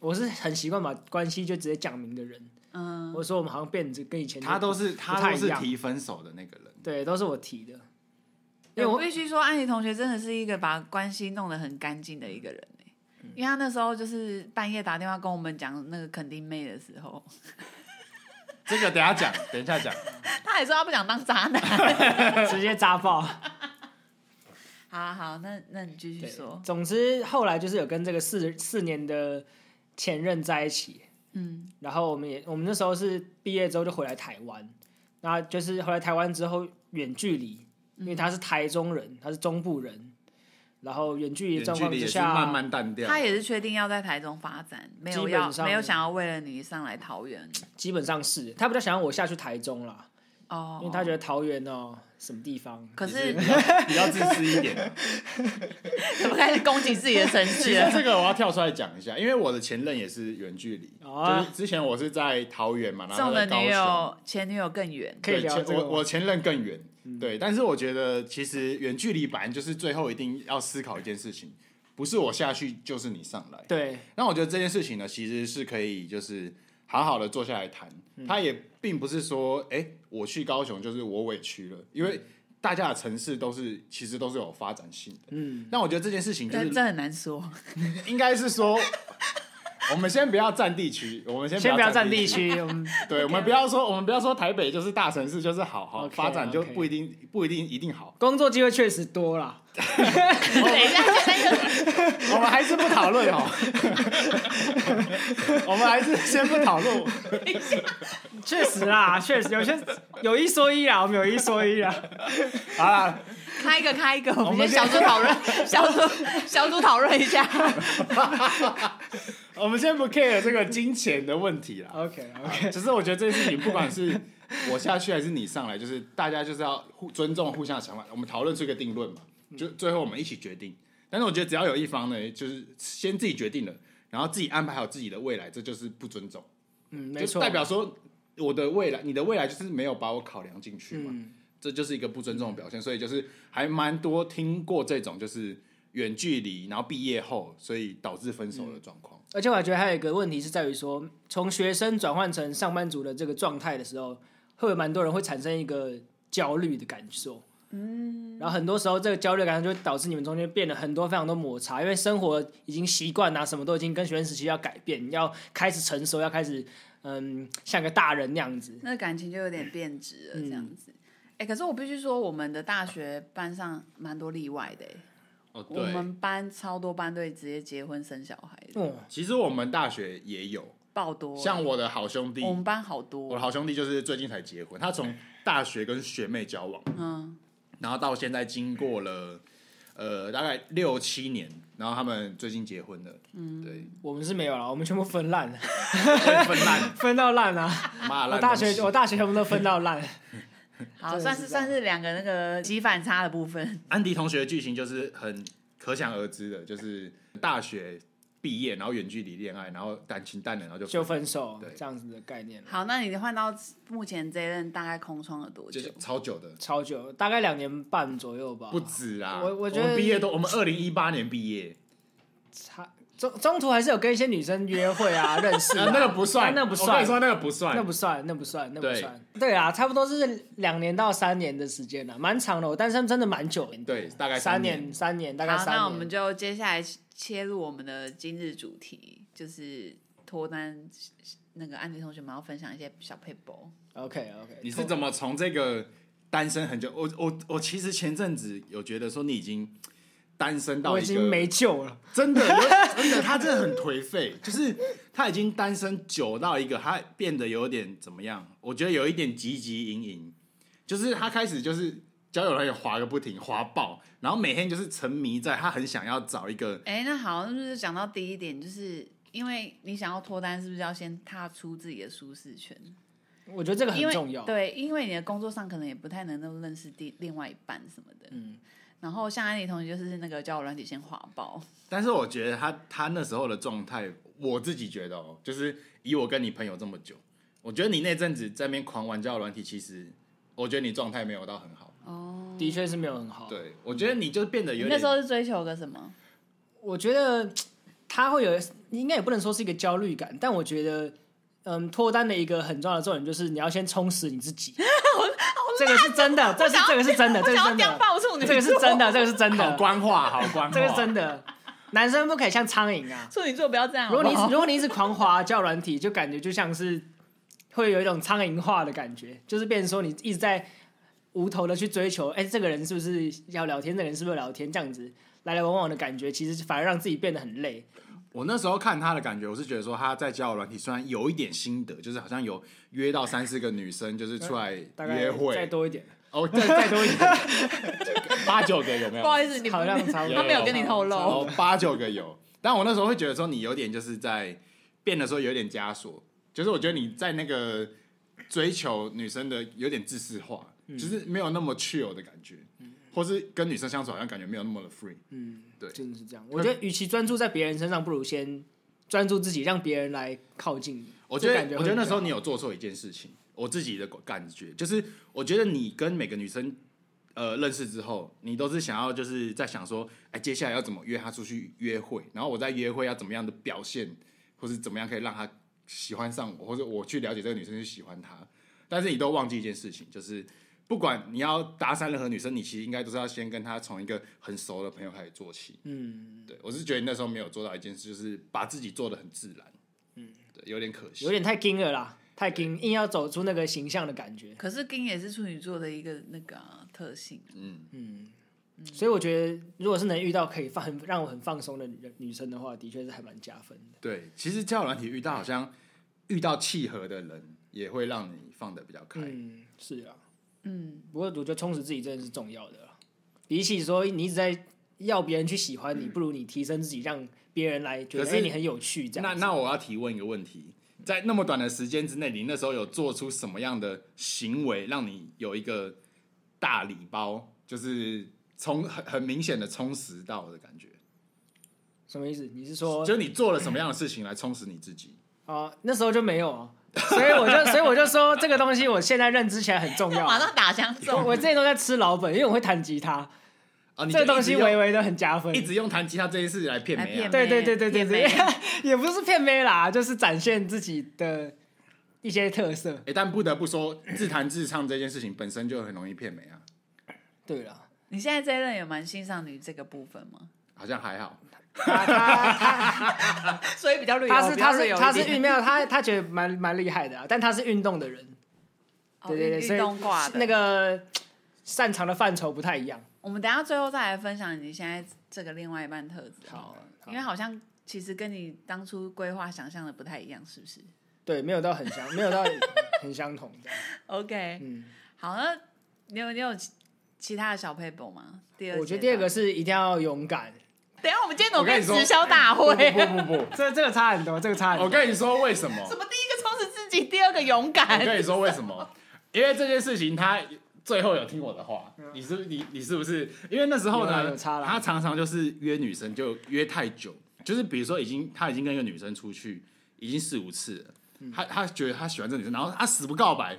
Speaker 3: 我是很习惯把关系就直接讲明的人，
Speaker 2: 嗯，
Speaker 3: 我说我们好像变得跟以前
Speaker 1: 他都是
Speaker 3: 不
Speaker 1: 他
Speaker 3: 太
Speaker 1: 都是
Speaker 3: 一样
Speaker 1: 提分手的那个人，
Speaker 3: 对都是我提的，
Speaker 2: 因
Speaker 3: 因为
Speaker 2: 为我
Speaker 3: 我
Speaker 2: 必须说，安妮同学真的是一个把关系弄得很干净的一个人、欸因为他那时候就是半夜打电话跟我们讲那个肯定妹的时候，
Speaker 1: 这个等一下
Speaker 3: <laughs>
Speaker 1: 讲，等一下讲。
Speaker 2: 他还说他不想当渣男。
Speaker 3: 直接扎爆。
Speaker 2: 好啊好，那那你继续
Speaker 3: 对
Speaker 2: 说。
Speaker 3: 总之后来就是有跟这个四四年的前任在一起，
Speaker 2: 嗯，
Speaker 3: 然后我们也我们那时候是毕业之后就回来台湾，那嗯就是回来台湾之后远距离，因为他是台中人，他是中部人，然后远距离
Speaker 1: 远
Speaker 3: 的状
Speaker 1: 距
Speaker 3: 况
Speaker 1: 离
Speaker 3: 之
Speaker 1: 也是
Speaker 3: 下，啊
Speaker 1: 慢慢淡掉。
Speaker 2: 他也是确定要在台中发展，没有
Speaker 3: 基本
Speaker 2: 要
Speaker 3: 上
Speaker 2: 没有想要为了你上来桃园
Speaker 3: 基本上是他比较想要我下去台中啦，
Speaker 2: 哦，
Speaker 3: 因为他觉得桃园哦什么地方，
Speaker 2: 可
Speaker 1: 也
Speaker 2: 是
Speaker 1: 比较比较自私一点
Speaker 3: <laughs>
Speaker 1: 啊。
Speaker 2: 怎么开始攻击自己的城 <laughs> 市
Speaker 1: 其实
Speaker 2: 了？
Speaker 1: 这个我要跳出来讲一下，因为我的前任也是远距离，
Speaker 3: 哦啊
Speaker 1: 就是之前我是在桃园嘛，然后
Speaker 2: 送
Speaker 1: 他
Speaker 2: 的
Speaker 1: 在高
Speaker 2: 女
Speaker 1: 雄。
Speaker 2: 友前女友更远，
Speaker 3: 可以
Speaker 1: 对
Speaker 3: 聊
Speaker 1: 前
Speaker 3: 这个
Speaker 1: 我
Speaker 3: 吗嗯
Speaker 1: 我前任更远，对，但是我觉得其实远距离本来就是最后一定要思考一件事情，不是我下去就是你上来。
Speaker 3: 对，
Speaker 1: 那我觉得这件事情呢，其实是可以就是好好的坐下来谈。
Speaker 3: 嗯
Speaker 1: 他也并不是说，哎、我去高雄就是我委屈了，因为大家的城市都是其实都是有发展性的。
Speaker 3: 嗯，
Speaker 1: 那我觉得这件事情就
Speaker 2: 但这
Speaker 1: 是
Speaker 2: 很难说。
Speaker 1: 应该是说，我们先不要占地区，我们先
Speaker 3: 先不要占
Speaker 1: 占
Speaker 3: 地
Speaker 1: 地。
Speaker 3: 区，我们
Speaker 1: 对，我们不要说，我们不要说台北就是大城市就是好好
Speaker 3: OK，
Speaker 1: 发展就
Speaker 3: OK。
Speaker 1: 不一定不一定一定好
Speaker 3: 工作机会确实多啦，
Speaker 2: 等一下，现在就
Speaker 1: 我们还是不讨
Speaker 3: <laughs>
Speaker 1: 论哦，我们还是先不讨论。
Speaker 3: 确实啦，确实有些有一说一啦，我们有一说一 <laughs> 啦，
Speaker 1: 好啦，
Speaker 2: 开一个开一个，我
Speaker 1: 我
Speaker 2: 们
Speaker 1: 们
Speaker 2: 先小
Speaker 1: 先
Speaker 2: 组讨论，小组小组讨论一下。
Speaker 1: 我们先不 care 这个金钱的问题啦。
Speaker 3: OK OK，
Speaker 1: 只是我觉得这件事情，不管是我下去还是你上来，就是大家就是要互尊重互相的想法，我们讨论出一个定论嘛，
Speaker 3: 嗯
Speaker 1: 就最后我们一起决定。但是我觉得只要有一方呢，就是先自己决定了，然后自己安排好自己的未来，这就是不尊重，
Speaker 3: 嗯，没
Speaker 1: 就
Speaker 3: 错，
Speaker 1: 代表说我的未来，你的未来就是没有把我考量进去嘛。
Speaker 3: 嗯，
Speaker 1: 这就是一个不尊重的表现，所以就是还蛮多听过这种就是远距离，然后毕业后，所以导致分手的状况。
Speaker 3: 而且我还觉得还有一个问题是在于说，从学生转换成上班族的这个状态的时候，会有蛮多人会产生一个焦虑的感受。嗯，然后很多时候这个焦虑感就会导致你们中间变得很多非常多摩擦，因为生活已经习惯啊，什么都已经跟学生时期要改变，要开始成熟，要开始嗯像个大人那样子。
Speaker 2: 那感情就有点变质了，
Speaker 3: 嗯
Speaker 2: 这样子。哎、可是我必须说，我们的大学班上蛮多例外的、哎
Speaker 1: 哦，
Speaker 2: 我们班超多班队直接结婚生小孩的，
Speaker 3: 哦，
Speaker 1: 其实我们大学也有，
Speaker 2: 爆多。
Speaker 1: 像我的好兄弟，
Speaker 2: 我们班好多，
Speaker 1: 我的好兄弟就是最近才结婚，他从大学跟学妹交往，
Speaker 2: 嗯，
Speaker 1: 然后到现在经过了呃大概六七年，然后他们最近结婚了，嗯，对， <laughs>
Speaker 3: 我们是没有了，我们全部分烂了，
Speaker 1: 分烂，
Speaker 3: 分到烂啊！
Speaker 1: 妈
Speaker 3: 我
Speaker 1: 烂东
Speaker 3: 大
Speaker 1: 西，
Speaker 3: 学我大学全部都分到 <laughs> 烂，
Speaker 2: 好，
Speaker 3: 真的
Speaker 2: 算
Speaker 3: 是
Speaker 2: 是
Speaker 3: 这样
Speaker 2: 算是两个那个极反差的部分。
Speaker 1: 安迪同学的剧情就是很可想而知的，就是大学毕业，然后远距离恋爱，然后感情淡了，然后就
Speaker 3: 就分手
Speaker 1: 对
Speaker 3: 这样子的概念。
Speaker 2: 好，那你换到目前这一任大概空窗了多
Speaker 1: 就
Speaker 2: 久
Speaker 1: 是？超久的，
Speaker 3: 超久，大概两年半左右吧。
Speaker 1: 不止啦。
Speaker 3: 我我觉得
Speaker 1: 们毕业都我们二零一八年毕
Speaker 3: <laughs>
Speaker 1: 业，
Speaker 3: 差中中途还是有跟一些女生约会
Speaker 1: <laughs>
Speaker 3: 啊，认识、啊
Speaker 1: 啊，那个不算，
Speaker 3: 那不
Speaker 1: 我跟
Speaker 3: 算
Speaker 1: 你，说那个不算，
Speaker 3: 那不算，那不算，那不
Speaker 1: 哎对
Speaker 3: 算。对啊，差不多是两年到三年的时间了，蛮长的。我单身真的蛮久的，
Speaker 1: 对，大概
Speaker 3: 三
Speaker 1: 年。，
Speaker 3: 三年，大概
Speaker 2: 好，
Speaker 3: 三年。
Speaker 2: 那我们就接下来切入我们的今日主题，就是脱单。那个安迪同学们要分享一些小 paper，
Speaker 3: OK OK。
Speaker 1: 你是怎么从这个单身很久？我我我其实前阵子有觉得说你已经单身到
Speaker 3: 我
Speaker 1: 一
Speaker 3: 已
Speaker 1: 个
Speaker 3: 经没救了，
Speaker 1: 真的有真的他真的很颓废，就是他已经单身久到一个他变得有点怎么样？我觉得有一点汲汲营营，就是他开始就是交友软件滑个不停，滑爆，然后每天就是沉迷在他很想要找一个
Speaker 2: 哎、那好，那就是讲到第一点，就是因为你想要脱单，是不是要先踏出自己的舒适圈？
Speaker 3: 我觉得这个很
Speaker 2: 因为
Speaker 3: 重要。
Speaker 2: 对，因为你的工作上可能也不太能够认识第另外一半什么的。嗯。然后像安妮同学就是那个叫我软体先滑爆，
Speaker 1: 但是我觉得他他那时候的状态，我自己觉得哦，就是以我跟你朋友这么久，我觉得你那阵子在那边狂玩交友软体，其实我觉得你状态没有到很好。
Speaker 3: 的确是没有很好。，
Speaker 1: 对，我觉得你就变得
Speaker 2: 你
Speaker 1: 有
Speaker 2: 那
Speaker 1: 点
Speaker 2: 时候是追求个什么？
Speaker 3: 我觉得他会有，应该也不能说是一个焦虑感，但我觉得，嗯，脱单的一个很重要的重点就是你要先充实你
Speaker 2: <laughs>
Speaker 3: 自己。这个是真的，这是这个是真的，
Speaker 2: 哦我
Speaker 3: 这个
Speaker 2: 想要
Speaker 3: 是真
Speaker 2: 当
Speaker 3: 的，
Speaker 2: 爆处女，
Speaker 3: 这个是
Speaker 1: <laughs>
Speaker 3: 真的，这个是真
Speaker 1: 好
Speaker 3: 的，
Speaker 1: 官话，好官话，
Speaker 3: <laughs> 这个是真的。男生不可以像苍蝇啊！
Speaker 2: 处女座不要这样
Speaker 3: 如
Speaker 2: 好
Speaker 3: 果
Speaker 2: 不
Speaker 3: 你
Speaker 2: 好。
Speaker 3: 如果你一直狂滑叫软体，就感觉就像是会有一种苍蝇化的感觉，就是变成说你一直在无头的去追求，哎、这个人是不是要聊天？这个人是不是要聊天？这样子来来往往的感觉，其实反而让自己变得很累。
Speaker 1: 我那时候看他的感觉，我是觉得说他在交友软体虽然有一点心得，就是好像有约到三四个女生，就是出来
Speaker 3: <laughs> 大概
Speaker 1: 约
Speaker 3: 再
Speaker 1: 会，
Speaker 3: 多一点，
Speaker 1: 哦，再再多一
Speaker 3: <laughs>
Speaker 1: 点，八九个有没有？
Speaker 2: 不好意思，你不
Speaker 3: 好像差不多
Speaker 2: 他没有跟你透
Speaker 3: 差不
Speaker 2: 露
Speaker 3: 多
Speaker 1: 哦，八九个有。但我那时候会觉得说，你有点就是在变的时候有点枷锁，就是我觉得你在那个追求女生的有点自私化，
Speaker 3: 嗯
Speaker 1: 就是没有那么 chill 的感觉，或是跟女生相处好像感觉没有那么的 free。
Speaker 3: 嗯，
Speaker 1: 对
Speaker 3: 真的是这样。我觉得与其专注在别人身上，不如先专注自己，让别人来靠近你。
Speaker 1: 我
Speaker 3: 这
Speaker 1: 觉
Speaker 3: 感
Speaker 1: 得，
Speaker 3: 觉
Speaker 1: 我觉得那时候
Speaker 3: 会比
Speaker 1: 你
Speaker 3: 较好
Speaker 1: 有做错一件事情，我自己的感觉就是，我觉得你跟每个女生呃认识之后，你都是想要就是在想说，哎，接下来要怎么约她出去约会，然后我在约会要怎么样的表现，或是怎么样可以让她喜欢上我，或者我去了解这个女生去喜欢她，但是你都忘记一件事情，就是。不管你要搭讪任何女生，你其实应该都是要先跟她从一个很熟的朋友开始做起。
Speaker 3: 嗯，
Speaker 1: 对我是觉得你那时候没有做到一件事，就是把自己做的很自然。嗯，对，有点可惜。
Speaker 3: 有点太硬了啦，太硬，硬要走出那个形象的感觉。
Speaker 2: 可是金也是处女座的一个那个啊特性，
Speaker 3: 所以我觉得，如果是能遇到可以放很让我很放松的女女生的话，的确是还蛮加分的。
Speaker 1: 对，其实交友软体遇到好像遇到契合的人，也会让你放得比较开。
Speaker 3: 嗯，是啊。
Speaker 2: 嗯，
Speaker 3: 不过我觉得充实自己真的是重要的啦。比起说你一直在要别人去喜欢你，不如你提升自己，让别人来觉
Speaker 1: 嗯
Speaker 3: 得
Speaker 1: 可是
Speaker 3: 哎你很有趣这
Speaker 1: 那
Speaker 3: 样子。
Speaker 1: 那我要提问一个问题，在那么短的时间之内，你那时候有做出什么样的行为，让你有一个大礼包，就是充很很明显的充实到的感觉？
Speaker 3: 什么意思？你是说
Speaker 1: 就是你做了什么样的事情来充实你自己？
Speaker 3: 哦，那时候就没有啊，所以我就所以我就说这个东西我现在认知起来很重
Speaker 2: 那
Speaker 3: 要
Speaker 2: 马
Speaker 3: 啊。
Speaker 2: 上打枪
Speaker 3: 我
Speaker 2: 中，
Speaker 3: 我之前都在吃老本，因为我会弹吉他，
Speaker 1: 啊，你
Speaker 3: 这
Speaker 1: 就
Speaker 3: 个
Speaker 1: 一
Speaker 3: 东
Speaker 1: 直
Speaker 3: 西
Speaker 1: 用
Speaker 3: 微微的很加分
Speaker 1: 一。直用弹吉他这件事来骗
Speaker 2: 来
Speaker 1: 美啊
Speaker 2: 骗。
Speaker 3: 对对对对对
Speaker 2: 骗妹
Speaker 3: 对，也不是骗妹啦，就是展现自己的一些特色。
Speaker 1: 哎、但不得不说，自弹自唱这件事情本身就很容易骗美啊，
Speaker 3: 对了，
Speaker 2: <laughs> 你现在这一任有蛮欣赏你这个部分吗？
Speaker 1: 好像还好。
Speaker 3: 他他他
Speaker 2: <laughs> 所以比较绿油，
Speaker 3: <laughs>
Speaker 2: 哦
Speaker 3: 他是
Speaker 2: 啊比较绿
Speaker 3: 他是
Speaker 2: 油
Speaker 3: 他是
Speaker 2: 一点
Speaker 3: 运没有他他觉得蛮蛮厉害的啊，但他是运动的人，
Speaker 2: 哦
Speaker 3: 对对对，
Speaker 2: 运
Speaker 3: 所以
Speaker 2: 运动挂的
Speaker 3: 那。个擅长的范畴不太一样。
Speaker 2: 我们等一下最后再来分享你现在这个另外一半特质好了，
Speaker 3: 好
Speaker 2: 因为好像其实跟你当初规划想象的不太一样，是不是
Speaker 3: 对，没有到很相，没有到很相同
Speaker 2: <laughs>
Speaker 3: 的。
Speaker 2: ？OK，
Speaker 3: 嗯，
Speaker 2: 好，那你有你有其其他的小 paper 吗？第二，
Speaker 3: 我觉得第二个，是一定要勇敢，
Speaker 2: 等一下我们今天怎么
Speaker 1: 我跟
Speaker 2: 变
Speaker 1: 你说
Speaker 2: 直销大会
Speaker 1: 不
Speaker 2: 啊？
Speaker 1: 不不不不，
Speaker 3: 这这个差很多，这个差很
Speaker 1: 我
Speaker 3: 多。
Speaker 1: 跟你说为什么？
Speaker 2: 什么第一个充实自己，第二个勇敢
Speaker 1: 我？跟你说为什么？因为这件事情他最后有听我的话，你是不你你是不是？因为那时候
Speaker 3: 嗯有啦
Speaker 1: 呢，
Speaker 3: 有差啦
Speaker 1: 他常常就是约女生就约太久，就是比如说已经他已经跟一个女生出去已经四五次
Speaker 3: 嗯
Speaker 1: 了，他他觉得他喜欢这女生，然后他死不告白。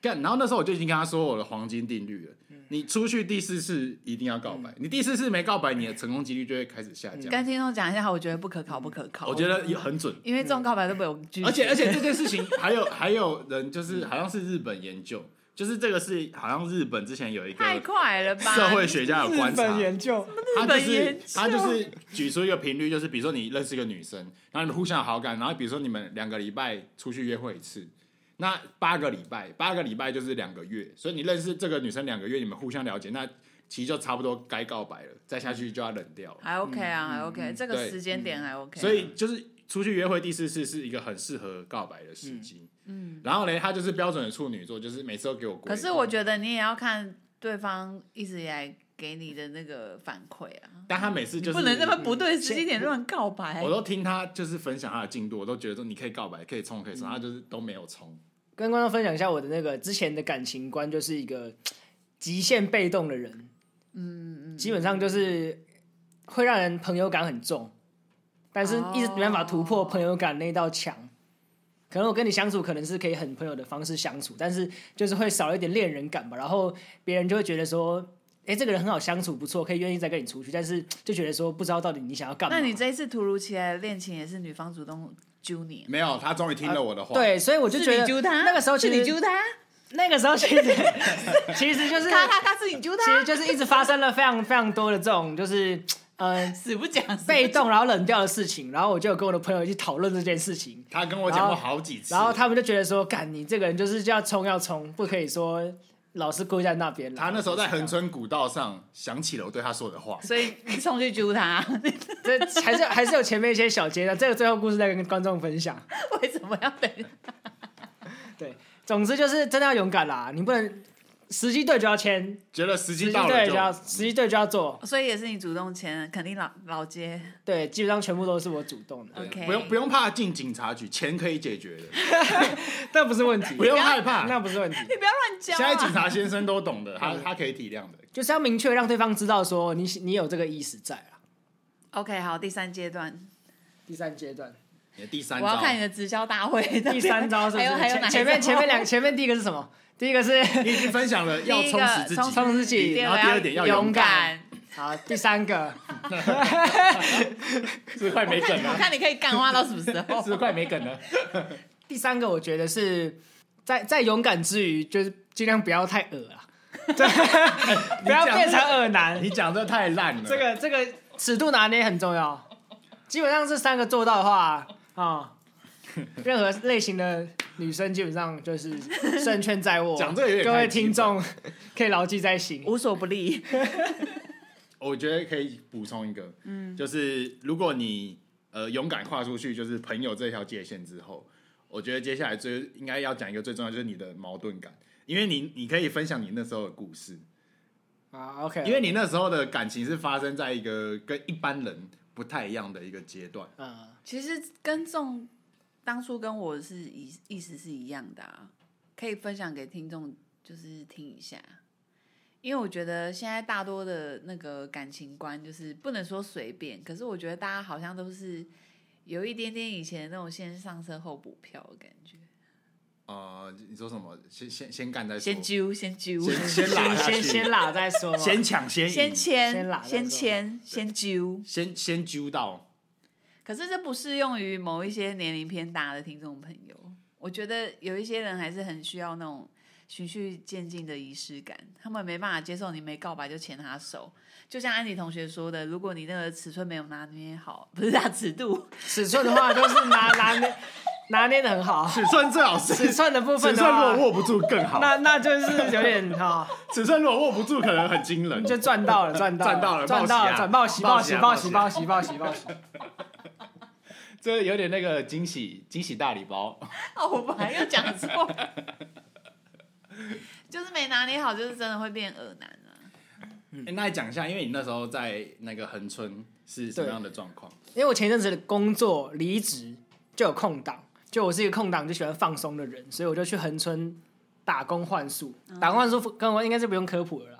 Speaker 1: 干，然后那时候我就已经跟他说我的黄金定律了，
Speaker 3: 嗯
Speaker 1: 你出去第四次一定要告白，你第四次没告白，你的成功几率就会开始下降。
Speaker 2: 跟听众讲一下，我觉得不可靠，不可靠。
Speaker 1: 我觉得有很准，
Speaker 2: 因为这种告白都被我拒绝，
Speaker 1: 而且而且这件事情还有 <laughs> 还有人就是好像是日本研究，就是这个是好像日本之前有一个
Speaker 2: 太快了吧？
Speaker 1: 社会学家有观
Speaker 3: 日
Speaker 1: 察
Speaker 3: 本，研究，
Speaker 1: 他就
Speaker 2: 日本研
Speaker 1: 是
Speaker 2: 究
Speaker 1: 他就是举出一个频率，就是比如说你认识一个女生，然后你互相有好感，然后比如说你们两个礼拜出去约会一次。那八个礼拜，八个礼拜就是两个月，所以你认识这个女生两个月，你们互相了解，那其实就差不多该告白了，再下去就要冷掉了。
Speaker 2: 还 OK 啊，还 OK，、这个
Speaker 1: 嗯对嗯
Speaker 2: 时间点还 OK，、
Speaker 1: 所以就是出去约会第四次是一个很适合告白的时机。嗯，然后呢，他就是标准的处女座，就是每次都给我跪。
Speaker 2: 可是我觉得你也要看对方一直以来给你的那个反馈啊，
Speaker 1: 但他每次就是嗯
Speaker 2: 不能这么不对时间点乱告白
Speaker 1: 我。都听他就是分享他的进度，我都觉得说你可以告白，可以冲，可以冲，他就是都没有冲。
Speaker 3: 跟观众分享一下我的那个之前的感情观，就是一个极限被动的人。嗯，基本上就是会让人朋友感很重，但
Speaker 2: 哦
Speaker 3: 是一直没办法突破朋友感那道墙。可能我跟你相处，可能是可以很朋友的方式相处，但是就是会少一点恋人感吧。然后别人就会觉得说，哎、这个人很好相处，不错，可以愿意再跟你出去，但是就觉得说，不知道到底你想要干嘛。
Speaker 2: 那你这一次突如其来的恋情也是女方主动揪你，啊
Speaker 1: 没有，他终于听了我的话。，
Speaker 3: 对，所以我就觉
Speaker 2: 是
Speaker 3: 得
Speaker 2: 你揪他，
Speaker 3: 那个时候其
Speaker 2: 是
Speaker 3: 实
Speaker 2: 你揪他，
Speaker 3: 那个时候其实 <laughs> 其实就是
Speaker 2: 咔咔咔是你揪
Speaker 3: 其
Speaker 2: 他，
Speaker 3: 实就是一直发生了非常非常多的这种就是呃
Speaker 2: 死不讲，
Speaker 3: 被动然后冷掉的事情，然后我就有跟我的朋友去讨论这件事情，
Speaker 1: 他跟我讲过好几次。
Speaker 3: 然后他们就觉得说，干你这个人就是要冲要冲，不可以说老是跪在那边啦。
Speaker 1: 他那时候在
Speaker 3: 我知道
Speaker 1: 恒春古道上想起了我对他说的话，
Speaker 2: 所以你送去揪他，
Speaker 3: 这还是还是有前面一些小阶段，这个最后故事再跟观众分享。
Speaker 2: 为什么要等？ <laughs>
Speaker 3: 对，总之就是真的要勇敢啦，你不能时机对就要签，
Speaker 1: <laughs> 觉得时
Speaker 3: 时
Speaker 1: 机
Speaker 3: 机
Speaker 1: 到
Speaker 3: 对
Speaker 1: 了
Speaker 3: 就要
Speaker 1: 就
Speaker 3: 时机对就要做。
Speaker 2: 哦所以也是你主动签，肯定老老街。
Speaker 3: 对，基本上全部都是我主动的，
Speaker 2: OK，
Speaker 1: 不用不用怕进警察局，钱可以解决的，
Speaker 3: 那不是问题，
Speaker 1: 不用害 <laughs> 怕。
Speaker 3: 那不是问题，
Speaker 2: 你不要乱教、
Speaker 1: 现
Speaker 2: 啊。
Speaker 1: 在警察先生都懂的， <laughs> 他他可以体谅的。
Speaker 3: 就是要明确让对方知道说你你有这个意识在啊啦。
Speaker 2: OK，好，第三阶段，
Speaker 3: 第三阶段，
Speaker 1: 你的第三
Speaker 2: 我
Speaker 1: 招，
Speaker 2: 要看你的直销大会。
Speaker 3: 第三招是不
Speaker 2: 还
Speaker 3: 是
Speaker 2: 有还有哪
Speaker 3: 前
Speaker 2: 一
Speaker 3: 前面
Speaker 2: 招
Speaker 3: 前面两前面第一个是什么？第一
Speaker 2: <laughs>
Speaker 3: 个是
Speaker 1: 你已经分享了要
Speaker 2: 第一
Speaker 1: 充
Speaker 2: 个
Speaker 1: 实自
Speaker 2: 充
Speaker 1: 己，
Speaker 3: 充实自己，
Speaker 1: 然后第二点要勇
Speaker 3: 敢
Speaker 2: 敢。
Speaker 3: 好，第三个
Speaker 1: 是快没
Speaker 2: 看
Speaker 1: 梗
Speaker 2: 你 <laughs> 我
Speaker 1: 了，
Speaker 2: 看你可以干话到什么时候？
Speaker 1: 是快没梗啊了。
Speaker 3: 第三个我觉得是在在勇敢之余，就是尽量不要太恶啊， <laughs> 对，不要变成恶男。
Speaker 1: 你讲的太烂了，
Speaker 3: 这个这个尺度拿捏很重要。基本上这三个做到的话啊、任何类型的女生基本上就是胜券在
Speaker 1: <laughs>
Speaker 3: 握。
Speaker 1: 讲这个有点
Speaker 3: 各
Speaker 1: 太
Speaker 3: 位
Speaker 1: 基
Speaker 3: 听
Speaker 1: 本
Speaker 3: 众 <laughs> 可以牢记在心。
Speaker 2: 无所不利。
Speaker 1: 我觉得可以补充一个，嗯，就是如果你呃勇敢跨出去，就是朋友这条界限之后，我觉得接下来最应该要讲一个最重要，就是你的矛盾感，因为你你可以分享你那时候的故事，
Speaker 3: 啊，OK，
Speaker 1: 因为你那时候的感情是发生在一个跟一般人不太一样的一个阶段，
Speaker 3: 嗯，
Speaker 2: 其实跟众当初跟我是意意思是一样的啊，可以分享给听众，就是听一下。因为我觉得现在大多的那个感情观，就是不能说随便，可是我觉得大家好像都是有一点点以前那种先上车后补票的感觉，
Speaker 1: 呃，你说什么？先先先干再说，
Speaker 2: 先揪先揪
Speaker 1: 先先拉
Speaker 3: 先
Speaker 1: 下去
Speaker 3: 先先拉再说。
Speaker 1: <laughs> 先抢先
Speaker 2: 先
Speaker 1: 赢，
Speaker 3: 先拉
Speaker 2: 签先
Speaker 3: 再说
Speaker 2: 签先揪，
Speaker 1: 先先揪到。
Speaker 2: 可是这不适用于某一些年龄偏大的听众朋友。我觉得有一些人还是很需要那种循序渐进的仪式感，他们没办法接受你没告白就牵他手。就像安迪同学说的，如果你那个尺寸没有拿捏好，不是啊，尺度， <laughs>
Speaker 3: 尺寸的话，就是拿拿捏 <laughs> 拿捏的很好。
Speaker 1: 尺寸最好是
Speaker 3: 尺寸的部分
Speaker 1: 尺
Speaker 3: 的
Speaker 1: 寸如果
Speaker 3: 话，
Speaker 1: 握不住更好，
Speaker 3: 那那就是有点哈、
Speaker 1: 尺寸如果握不住可能很惊人，
Speaker 3: 就赚到了，赚到
Speaker 1: 赚到了
Speaker 3: 赚到了，
Speaker 1: 报喜啊
Speaker 3: 转报喜，
Speaker 1: 报
Speaker 3: 报
Speaker 1: 喜啊
Speaker 3: 喜，报喜，
Speaker 1: 报
Speaker 3: 报喜，报喜，报喜。
Speaker 1: 这有点那个惊喜惊喜大礼包。
Speaker 2: 哦，我本来又讲错 <laughs> 了，就是没拿捏好，就是真的会变恶男啊。
Speaker 1: <laughs> 欸、那来讲一下，因为你那时候在那个恒春是什么样的状况？
Speaker 3: 因为我前一阵子的工作离职，就有空档，就我是一个空档就喜欢放松的人，所以我就去恒春打工换宿。
Speaker 2: 哦
Speaker 3: 打工换宿跟我应该是不用科普了啦，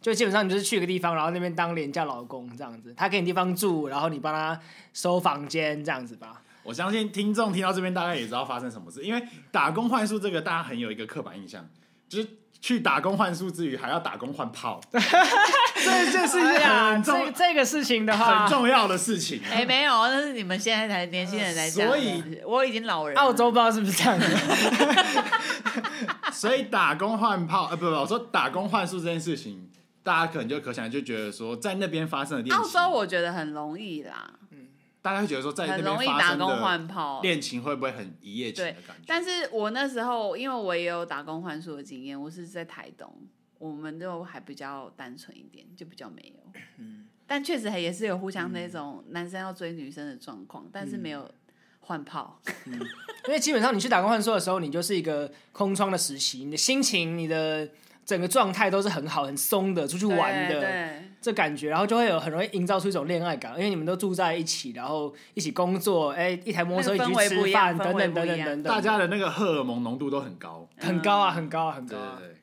Speaker 3: 就基本上你就是去一个地方，然后那边当廉价劳工这样子，他给你地方住，然后你帮他收房间这样子吧。
Speaker 1: 我相信听众听到这边大概也知道发生什么事，因为打工换宿这个大家很有一个刻板印象，就是去打工换宿之余还要打工换 <laughs> 炮，这件事情
Speaker 3: 哎呀，
Speaker 1: 很重、
Speaker 3: 这这个事情的话
Speaker 1: 很，重要的事情、啊
Speaker 2: 哎、没有，那是你们现在才年轻人才这样
Speaker 1: 所以
Speaker 2: 子我已经老人了，
Speaker 3: 澳洲不知道是不是这样子。
Speaker 1: 所以打工换炮，呃，不不，我说打工换宿这件事情，大家可能就可想而知就觉得说，在那边发生的恋
Speaker 2: 澳
Speaker 1: 情，
Speaker 2: 洲我觉得很容易啦，
Speaker 1: 大家会觉得说，在那
Speaker 2: 很
Speaker 1: 边
Speaker 2: 容易
Speaker 1: 发
Speaker 2: 打
Speaker 1: 生
Speaker 2: 工换
Speaker 1: 的
Speaker 2: 炮，
Speaker 1: <laughs> 恋情会不会很一夜情的
Speaker 2: 对
Speaker 1: 感觉？
Speaker 2: 但是我那时候，因为我也有打工换宿的经验，我是在台东，我们就还比较单纯一点，就比较没有。
Speaker 3: 嗯
Speaker 2: <laughs> 但确实还也是有互相那种男生要追女生的状况，但是没
Speaker 3: 嗯
Speaker 2: 有换炮。
Speaker 3: <laughs> 因为基本上你去打工换宿的时候，你就是一个空窗的实习，你的心情、你的整个状态都是很好、很松的，出去
Speaker 2: 对
Speaker 3: 玩的
Speaker 2: 对，
Speaker 3: 这感觉，然后就会有很容易营造出一种恋爱感，因为你们都住在一起，然后一起工作，哎，一台摩托车一
Speaker 2: 那个
Speaker 3: 起
Speaker 2: 氛围
Speaker 3: 去
Speaker 2: 不
Speaker 3: 吃
Speaker 2: 一
Speaker 3: 饭，
Speaker 2: 样
Speaker 3: 等等
Speaker 2: 氛围
Speaker 3: 等
Speaker 2: 不一
Speaker 3: 等
Speaker 2: 样
Speaker 3: 等等，
Speaker 1: 大家的那个荷尔蒙浓度都很高，
Speaker 3: 很高啊，很高啊，很高
Speaker 1: 对
Speaker 3: 啊
Speaker 1: 对，对。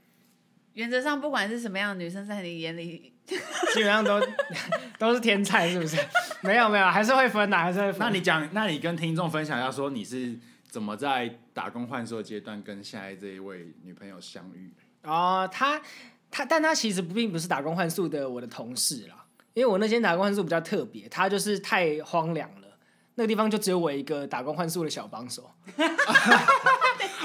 Speaker 2: 原则上不管是什么样的女生，在你眼里，
Speaker 3: 基本上都 <laughs> 都是天才，是不是？没有没有，还是会分的，啊还是会分。
Speaker 1: 那你讲，那你跟听众分享一下，说你是怎么在打工换宿的阶段跟现在这一位女朋友相遇？
Speaker 3: 哦，他他，但他其实不并不是打工换宿的我的同事啦，因为我那间打工换宿比较特别，他就是太荒凉了，那个地方就只有我一个打工换宿的小帮手。
Speaker 1: <laughs>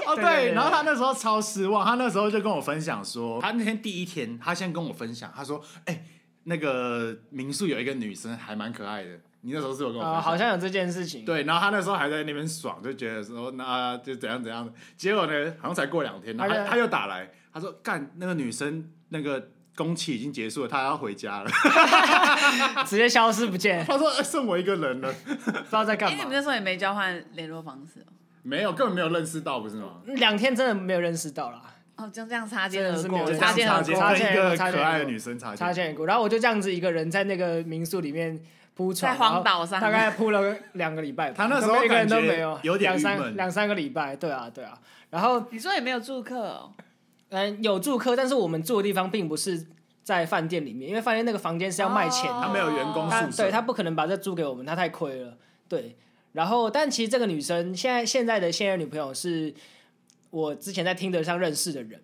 Speaker 1: 哦，
Speaker 3: 对对对
Speaker 1: 对，然后他那时候超失望，他那时候就跟我分享说，他那天第一天，他先跟我分享，他说，哎、那个民宿有一个女生还蛮可爱的，你那时候是有跟我分
Speaker 3: 啊、
Speaker 1: 享
Speaker 3: 好像有这件事情。
Speaker 1: 对，然后他那时候还在那边爽，就觉得说那就怎样怎样的。结果呢，好像才过两天，然后
Speaker 3: 而
Speaker 1: 他
Speaker 3: 且
Speaker 1: 他又打来，他说干那个女生那个工期已经结束了，她要回家了。 <laughs>
Speaker 3: 直接消失不见，
Speaker 1: 他说、呃剩我一个人了，
Speaker 3: 不知道在
Speaker 2: 哎、
Speaker 3: 干
Speaker 2: 你们
Speaker 3: 嘛。
Speaker 2: 那时候也没交换联络方式哦、
Speaker 1: 没有根本没有认识到，不是吗？
Speaker 3: 两天真的没有认识到啦，
Speaker 2: 哦，就这样擦肩而
Speaker 3: 真的是没
Speaker 2: 过，
Speaker 3: 有
Speaker 2: 擦肩而
Speaker 3: 擦
Speaker 1: 肩
Speaker 2: 过，
Speaker 1: 跟一
Speaker 3: 肩而
Speaker 1: 个
Speaker 3: 过擦
Speaker 1: 可
Speaker 3: 肩而
Speaker 1: 爱的
Speaker 3: 过
Speaker 1: 女生擦
Speaker 3: 擦
Speaker 1: 肩，
Speaker 3: 肩而过。然后我就这样子一个人在那个民宿里面铺床，
Speaker 2: 在荒岛上
Speaker 3: 然后大概铺了两个礼拜吧。
Speaker 1: <laughs> 他那时候
Speaker 3: 都没一个人都
Speaker 1: 感觉
Speaker 3: 没有，
Speaker 1: 有点
Speaker 3: 两
Speaker 1: 郁闷
Speaker 3: 三两三个礼拜，对啊对啊。然后
Speaker 2: 你说也没有住客哦、
Speaker 3: 嗯，有住客，但是我们住的地方并不是在饭店里面，因为饭店那个房间是要卖钱
Speaker 2: 哦
Speaker 1: 他
Speaker 3: 的，
Speaker 1: 没有员工
Speaker 3: 他
Speaker 1: 宿舍，
Speaker 3: 对他不可能把这租给我们，他太亏了。对，然后但其实这个女生现在现在的现任女朋友是我之前在听得上认识的人，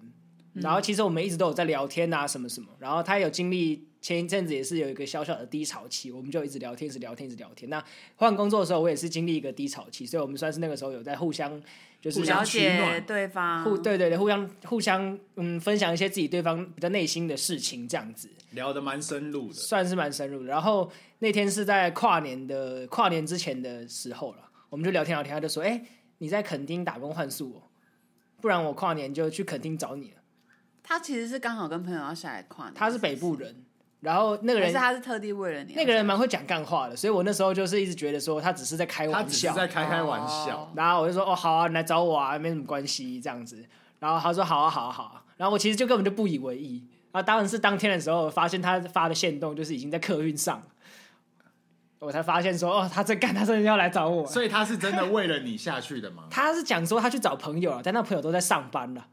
Speaker 1: 嗯
Speaker 3: 然后其实我们一直都有在聊天啊，什么什么，然后她有经历。前一阵子也是有一个小小的低潮期，我们就一直聊天，一直聊天，一直聊天。那换工作的时候，我也是经历一个低潮期，所以我们算是那个时候有在互相就是
Speaker 1: 互相
Speaker 2: 了
Speaker 1: 取
Speaker 2: 解
Speaker 1: 暖
Speaker 2: 对方，
Speaker 3: 互对对对，互相互相嗯分享一些自己对方比较内心的事情，这样子
Speaker 1: 聊得蛮深入的。
Speaker 3: 算是蛮深入的。然后那天是在跨年的跨年之前的时候了，我们就聊天聊天，他就说：“哎、你在垦丁打工换宿、哦，不然我跨年就去垦丁找你了。
Speaker 2: 他其实是刚好跟朋友要下来跨年，”
Speaker 3: 他是北部人，然后
Speaker 2: 那
Speaker 3: 那个人
Speaker 2: 是他是特地为了你要
Speaker 3: 那个人
Speaker 2: 下来
Speaker 3: 蛮会讲干话的，所以我那时候就是一直觉得说他只是在开
Speaker 1: 他
Speaker 3: 玩
Speaker 1: 只是
Speaker 3: 笑，
Speaker 1: 在开开玩笑
Speaker 2: 哦，
Speaker 3: 然后我就说哦好啊，你来找我啊，没什么关系这样子。然后他说好啊好啊好啊，然后我其实就根本就不以为意。然后当然是当天的时候，我发现他发的线动就是已经在客运上了，我才发现说哦他在 <laughs> 干，他真的要来找我。
Speaker 1: 所以他是真的为了你下去的吗？ <laughs>
Speaker 3: 他是讲说他去找朋友了，但那朋友都在上班了。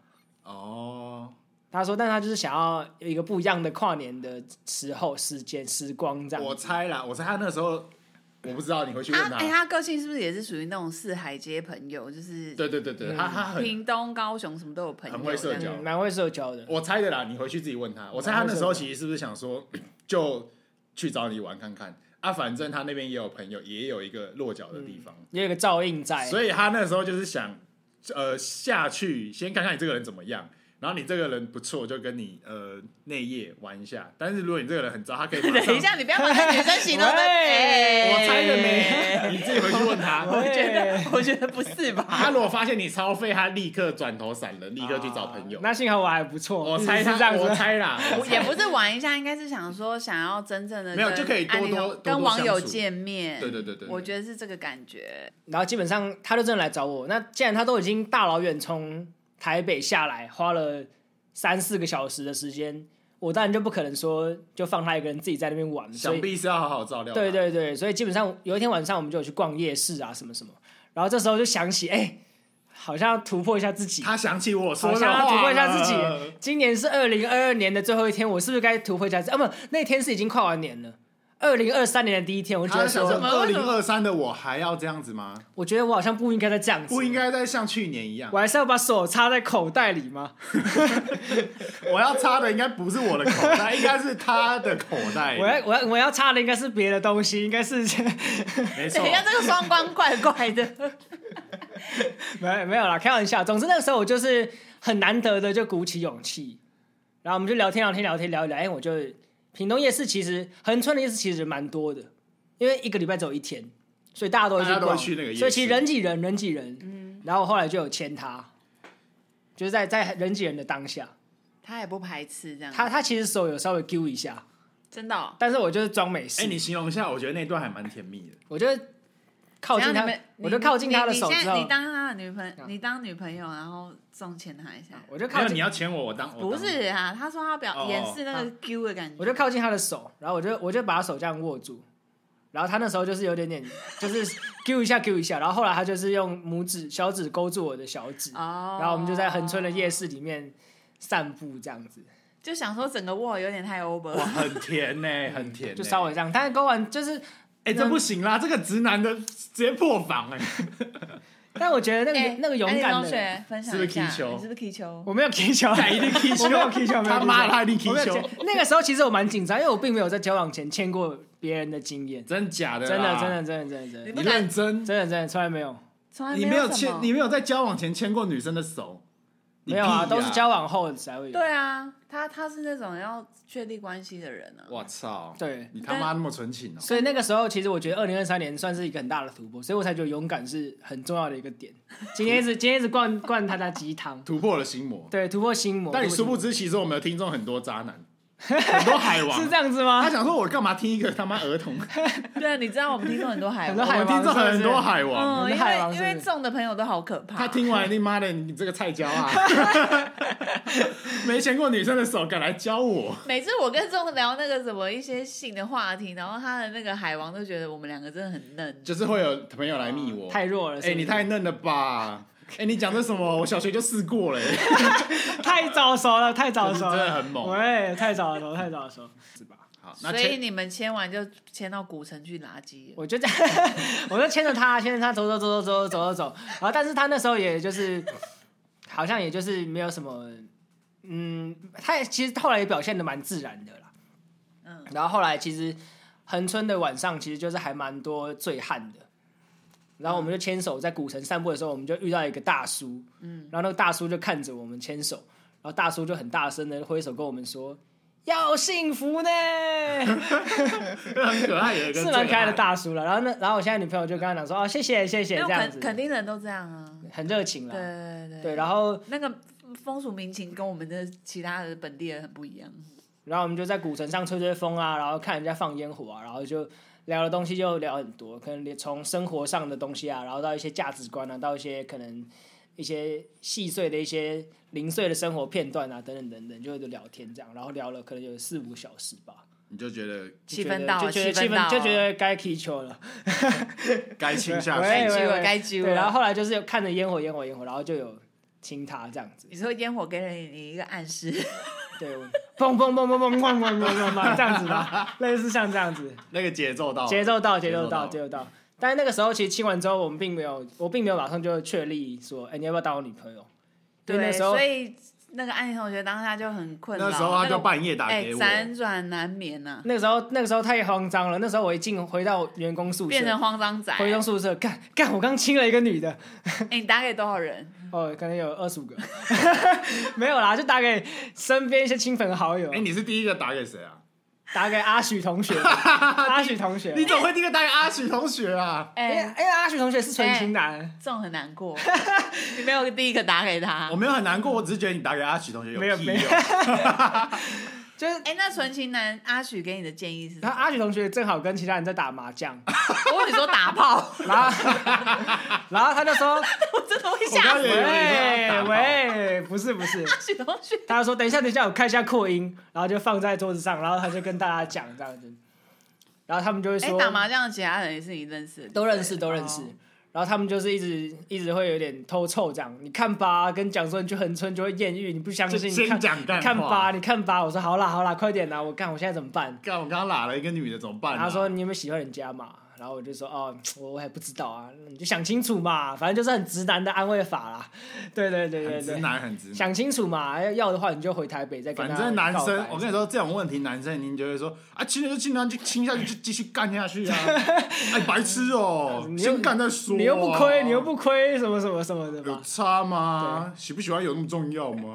Speaker 1: 哦，
Speaker 3: 他说，但他就是想要有一个不一样的跨年的时候、时间、时光这样子。
Speaker 1: 我猜啦，我猜他那时候我不知道，你回去问
Speaker 2: 啊，
Speaker 1: 他。
Speaker 2: 哎、他个性是不是也是属于那种四海街朋友，就是
Speaker 1: 对对对对，他他很
Speaker 2: 屏东、高雄什么都有朋友，
Speaker 1: 很会社
Speaker 2: 这样
Speaker 1: 交
Speaker 3: 嗯，蛮会社交的。
Speaker 1: 我猜的啦，你回去自己问他。我猜他那时候其实是不是想说，就去找你玩看看啊？反正他那边也有朋友，也有一个落脚的地方，
Speaker 3: 有一个照应在，
Speaker 1: 所以他那时候就是想，呃，下去先看看你这个人怎么样。然后你这个人不错，就跟你呃内业玩一下。但是如果你这个人很糟，他可以马上
Speaker 2: <laughs> 等一，下，你不要把
Speaker 1: <laughs>
Speaker 2: 那女生形容的，
Speaker 3: 喂
Speaker 1: 我
Speaker 2: 哎 <laughs>
Speaker 1: 猜的没，你自己回去问他。
Speaker 2: 我觉
Speaker 3: 喂
Speaker 2: 得，我觉得不是吧？
Speaker 1: 他如果发现你超废，他立刻转头闪人，立刻去找朋友。
Speaker 3: 啊那幸好我还不错，
Speaker 1: 我猜
Speaker 3: 是
Speaker 1: 他，
Speaker 3: 这样子。
Speaker 1: 我猜啦，我猜
Speaker 2: <laughs> 也不是玩一下，应该是想说想要真正的啊
Speaker 1: 没有就可以多多多多
Speaker 2: 跟网友
Speaker 1: 相处
Speaker 2: 见面。
Speaker 1: 对对对对对
Speaker 2: 我觉得是这个感觉。
Speaker 3: 然后基本上他就真的来找我。那既然他都已经大老远从台北下来，花了三四个小时的时间，我当然就不可能说就放他一个人自己在那边玩，所
Speaker 1: 想
Speaker 3: 以
Speaker 1: 必啊是要好好照料他。
Speaker 3: 对对对，所以基本上有一天晚上我们就有去逛夜市啊什么什么，然后这时候就想起，哎、好像要突破一下自己。
Speaker 1: 他想起我说
Speaker 3: 好
Speaker 1: 的
Speaker 3: 像
Speaker 1: 话
Speaker 3: 要
Speaker 1: 了，
Speaker 3: 突破一下自己。今年是二零二二年的最后一天，我是不是该突破一下自己？啊，不，那天是已经跨完年了，二零二三年的第一天，我就觉
Speaker 1: 他
Speaker 3: 得
Speaker 1: 想说，
Speaker 3: 说，
Speaker 1: 二零二三的我还要这样子吗？
Speaker 3: 我觉得我好像不应该再这样子，
Speaker 1: 不应该再像去年一样
Speaker 3: 我。还是要把手插在口袋里吗？
Speaker 1: 我要插的应该不是我的口袋，应该是他的口袋。
Speaker 3: 我要我要我要插的应该是别的东西，应该是 <laughs>
Speaker 1: 没错
Speaker 3: 哎
Speaker 2: 等一，下，这个双关怪怪的。
Speaker 1: <laughs>
Speaker 3: 没没有啦，开玩笑。总之那个时候我就是很难得的就鼓起勇气，然后我们就聊天聊天聊天聊一聊，哎，我就屏东夜市其实恒春的夜市其实蛮多的，因为一个礼拜只有一天，所以大家都会去
Speaker 1: 大家都会
Speaker 3: 逛，
Speaker 1: 去那个夜市
Speaker 3: 所以其实人挤人人挤人。然后我后来就有签他，就是在在人挤人的当下，
Speaker 2: 他也不排斥这样，
Speaker 3: 他他其实手有稍微揪一下，
Speaker 2: 真的哦。
Speaker 3: 但是我就是装没事。
Speaker 1: 哎，你形容一下，我觉得那段还蛮甜蜜的。
Speaker 3: 我就靠近
Speaker 2: 怎样
Speaker 3: 他
Speaker 2: 你们，你
Speaker 3: 我就靠近他的
Speaker 2: 你
Speaker 3: 手
Speaker 2: 你现
Speaker 3: 之
Speaker 2: 在
Speaker 3: 后
Speaker 2: 你，当他的女朋友，你当女朋友，然后送钱他一下。
Speaker 3: 我就
Speaker 1: 没
Speaker 3: 靠
Speaker 1: 有，你
Speaker 3: 近，
Speaker 1: 要牵我，我当我当
Speaker 2: 不是啊，他说他
Speaker 1: 哦
Speaker 2: 表
Speaker 1: 哦
Speaker 2: 演示那个 Q 的感觉。
Speaker 3: 我就靠近他的手，然后我就我就把他手这样握住，然后他那时候就是有点点， <laughs> 就是揪一下揪一下，然后后来他就是用拇指小指勾住我的小指，
Speaker 2: 哦，
Speaker 3: 然后我们就在恒春的夜市里面散步这样子，
Speaker 2: 就想说整个 wall 有点太 over
Speaker 1: 哇，
Speaker 2: 了。
Speaker 1: 很甜呢，很甜呢。
Speaker 3: 就稍微这样，但是勾完就是，
Speaker 1: 哎，这不行啦，这个直男的直接破防
Speaker 3: <laughs>
Speaker 1: 哎。
Speaker 3: 但我觉得那个、
Speaker 2: 哎
Speaker 3: 那个勇
Speaker 2: 安
Speaker 3: 敢
Speaker 2: 林同
Speaker 3: 的，
Speaker 2: 学分享
Speaker 1: 是不
Speaker 2: 一
Speaker 1: 是
Speaker 2: 下，
Speaker 1: 踢球
Speaker 2: 你是不是踢球？
Speaker 3: 我没有踢球，
Speaker 1: <laughs> 他一定踢球
Speaker 3: 我没有踢球，没有
Speaker 1: 他妈
Speaker 3: 踢球
Speaker 1: 他一定踢
Speaker 3: <laughs> 我没有
Speaker 1: 球
Speaker 3: 踢那个时候其实我蛮紧张，因为我并没有在交往前签过别人的经验，
Speaker 1: 真假的啦？
Speaker 3: 真的真的真的真的真的
Speaker 2: 你
Speaker 1: 你认真，
Speaker 3: 真的真的从来没有。
Speaker 2: 从来
Speaker 1: 你
Speaker 2: 啊没
Speaker 1: 没有
Speaker 2: 什
Speaker 1: 牵，
Speaker 2: 么
Speaker 1: 你没有在交往前牵过女生的手，你
Speaker 3: 没有啊，
Speaker 1: 屁
Speaker 3: 都是交往后才会有。
Speaker 2: 对啊，他他是那种要确立关系的人啊。
Speaker 1: 我操！
Speaker 3: 对
Speaker 1: 你他妈那么纯情哦、
Speaker 3: 所以那个时候，其实我觉得二零二三年算是一个很大的突破，所以我才觉得勇敢是很重要的一个点。今天一直今天一直灌灌他的鸡汤，
Speaker 1: 突破了心魔。
Speaker 3: 对，突破心魔。
Speaker 1: 但你殊不知，其实我们的听众很多渣男，很多海王。
Speaker 3: <laughs> 是这样子
Speaker 1: 啊他
Speaker 3: 吗？
Speaker 1: 想说，我干嘛听一个他妈儿童？
Speaker 3: <laughs>
Speaker 2: 对啊，你知道我们听众很多海
Speaker 3: 很
Speaker 2: 王
Speaker 3: 多，海
Speaker 1: 我
Speaker 3: 王
Speaker 1: 听众
Speaker 3: 是不
Speaker 1: 很
Speaker 3: 是
Speaker 1: 多海王。
Speaker 2: 嗯，因
Speaker 3: 海王
Speaker 2: 为因
Speaker 3: 是不是
Speaker 2: 为中的朋友都好可怕。
Speaker 1: 他听完，你妈的，你这个菜椒
Speaker 3: <laughs>
Speaker 1: 啊！没牵过女生的手，敢来教我？
Speaker 2: 每次我跟中聊那个什么一些性的话题，然后他的那个海王都觉得我们两个真的很嫩。
Speaker 1: 就是会有朋友来密我，
Speaker 3: 太弱了，
Speaker 1: 哎、
Speaker 3: 是不是
Speaker 1: 你太嫩了吧？哎、你讲的什么？我小学就试过了、欸。
Speaker 3: 太早熟了，太早熟
Speaker 1: <laughs>
Speaker 3: 了，
Speaker 1: 真的很猛
Speaker 3: 喂，太早熟，太早熟。
Speaker 1: 好，那
Speaker 2: 所以
Speaker 1: 签
Speaker 2: 你们签完就签到古城去垃圾了，
Speaker 3: 我就在， <laughs> 我就牵着他，牵着他走走走走走走走走，然后但是他那时候也就是，好像也就是没有什么，嗯，他也其实后来也表现的蛮自然的啦。
Speaker 2: 嗯，
Speaker 3: 然后后来其实恒春的晚上其实就是还蛮多醉汉的，然后我们就牵手在古城散步的时候，我们就遇到一个大叔，嗯，然后那个大叔就看着我们牵手，然后大叔就很大声的挥手跟我们说。要幸福
Speaker 1: <laughs>
Speaker 3: 呢，<laughs>
Speaker 1: 很可爱，有一个
Speaker 3: 是蛮可爱的
Speaker 1: 最
Speaker 3: 大叔了。然后呢，然后我现在女朋友就跟他讲说，哦，谢谢谢谢
Speaker 2: 因
Speaker 3: 这
Speaker 2: 为
Speaker 3: 样
Speaker 2: 肯
Speaker 3: 子，
Speaker 2: 肯定人都这样啊。
Speaker 3: 很热情
Speaker 2: 对
Speaker 3: 啦。
Speaker 2: 对对
Speaker 3: 对，然后
Speaker 2: 那个风俗民情跟我们的其他的本地人很不一样。
Speaker 3: 然后我们就在古城上吹吹风啊，然后看人家放烟火啊，然后就聊的东西就聊很多，可能连从生活上的东西啊，然后到一些价值观啊，到一些可能一些细碎的一些零碎的生活片段啊，等等等等，就就聊天这样，然后聊了可能有四五个小时吧，
Speaker 1: 你就觉得
Speaker 2: 气氛到
Speaker 3: 就
Speaker 2: 了，
Speaker 3: 觉得
Speaker 2: 气
Speaker 3: 气
Speaker 2: 氛到
Speaker 3: 氛
Speaker 2: 了，
Speaker 3: 就觉得该踢球了。
Speaker 1: 该亲
Speaker 3: <laughs>
Speaker 1: 下
Speaker 3: 喂
Speaker 1: 去
Speaker 2: 该
Speaker 3: 喂。
Speaker 2: 揪
Speaker 3: 喂
Speaker 2: 了，该揪
Speaker 3: 对，然后
Speaker 2: 了。
Speaker 3: 后来就是有看着烟火烟火烟火，然后就有亲他这样子，
Speaker 2: 你说烟火给了你一个暗示，
Speaker 3: 对，我砰砰砰砰砰砰砰砰砰砰这样子吧，类似像这样子。
Speaker 1: 那个节奏到了，
Speaker 3: 节奏到，节
Speaker 1: 哦节
Speaker 3: 奏
Speaker 1: 奏
Speaker 3: 到，
Speaker 1: 到
Speaker 3: 节奏到。但是那个时候其实亲完之后，我们并没有，我并没有马上就确立说，哎、你要不要当我女朋友？因为
Speaker 2: 对，
Speaker 3: 那时候
Speaker 2: 所以那个安妮同学当下就很困扰。
Speaker 1: 那时候他
Speaker 2: 那
Speaker 1: 就
Speaker 2: 个
Speaker 1: 半夜打
Speaker 2: 哎，
Speaker 1: 给我，
Speaker 2: 辗转难眠啊呐、
Speaker 3: 那个时候那个时候太慌张了。那时候我一进回到员工宿
Speaker 2: 变成
Speaker 3: 舍，
Speaker 2: 慌张仔。
Speaker 3: 回到宿舍，干干，我刚亲了一个女的，
Speaker 2: 哎、你打给多少人？
Speaker 3: 哦，可能有二十五个， <laughs> 没有啦，就打给身边一些亲朋好友，
Speaker 1: 哎、你是第一个打给谁啊？
Speaker 3: 打给阿许同学，阿许同学，
Speaker 1: 你怎么会第一个打给阿许同学
Speaker 3: <laughs>
Speaker 1: 啊？
Speaker 3: 哎、
Speaker 2: 哎、
Speaker 3: 哎、阿许同学是纯情男，
Speaker 2: 这种很难过，你没有第一个打给他
Speaker 1: 我。没有很难过，我只是觉得你打给阿许同学有
Speaker 3: 没有
Speaker 1: 屁
Speaker 3: 没有
Speaker 1: 用。
Speaker 3: 就是
Speaker 2: 哎、那纯情男阿许给你的建议是什
Speaker 3: 他 <laughs>
Speaker 2: 么？
Speaker 3: 阿许同学正好跟其他人在打麻将，
Speaker 2: 我跟你说打炮， <laughs>
Speaker 3: 然后然后他就说。
Speaker 2: 我真的
Speaker 1: <laughs>
Speaker 2: 会
Speaker 1: 我
Speaker 2: 吓
Speaker 1: 刚
Speaker 2: 死
Speaker 1: 也以为你
Speaker 3: 喂
Speaker 1: 说要打
Speaker 3: 喂，不是
Speaker 1: <laughs>
Speaker 3: 不是，
Speaker 2: 阿许同学。
Speaker 3: 他就说等一下等一下，我看一下扩音，然后就放在桌子上，然后他就跟大家讲这样子，然后他们就会
Speaker 2: 哎、
Speaker 3: 说、
Speaker 2: 打麻将的其他人也是你认识的，
Speaker 3: 都认识都认识
Speaker 2: 哦，
Speaker 3: 然后他们就是一直一直会有点偷臭这样，你看吧，跟讲说你去横村 <laughs> 就会艳遇，你不相
Speaker 1: 就
Speaker 3: 信，你
Speaker 1: 先
Speaker 3: 看
Speaker 1: 讲干
Speaker 3: 看吧，
Speaker 1: 话。
Speaker 3: 你看吧，我说好啦好啦，快点啦，我看我现在怎么办？
Speaker 1: 干，我刚刚拉了一个女的，怎么办、啊？
Speaker 3: 然后说你有没有喜欢人家嘛？然后我就说哦，我我也不知道啊，你就想清楚嘛，反正就是很直男的安慰法啦。对对对对
Speaker 1: 很
Speaker 3: 对
Speaker 1: 直，男，很直男。
Speaker 3: 想清楚嘛，要要的话你就回台北再跟
Speaker 1: 反
Speaker 3: 他
Speaker 1: 正男
Speaker 3: 告白
Speaker 1: 生，我跟你说啊这种问题，男生一定就会说啊，亲了就亲了，就亲下去就继续干下去啊！
Speaker 3: <laughs>
Speaker 1: 哎，白痴哦、
Speaker 3: 你又
Speaker 1: 先干再说、
Speaker 3: 你又不亏，你又不亏，什么什么什么的
Speaker 1: 有
Speaker 3: 嘛。
Speaker 1: 差吗？喜不喜欢有那么重要吗？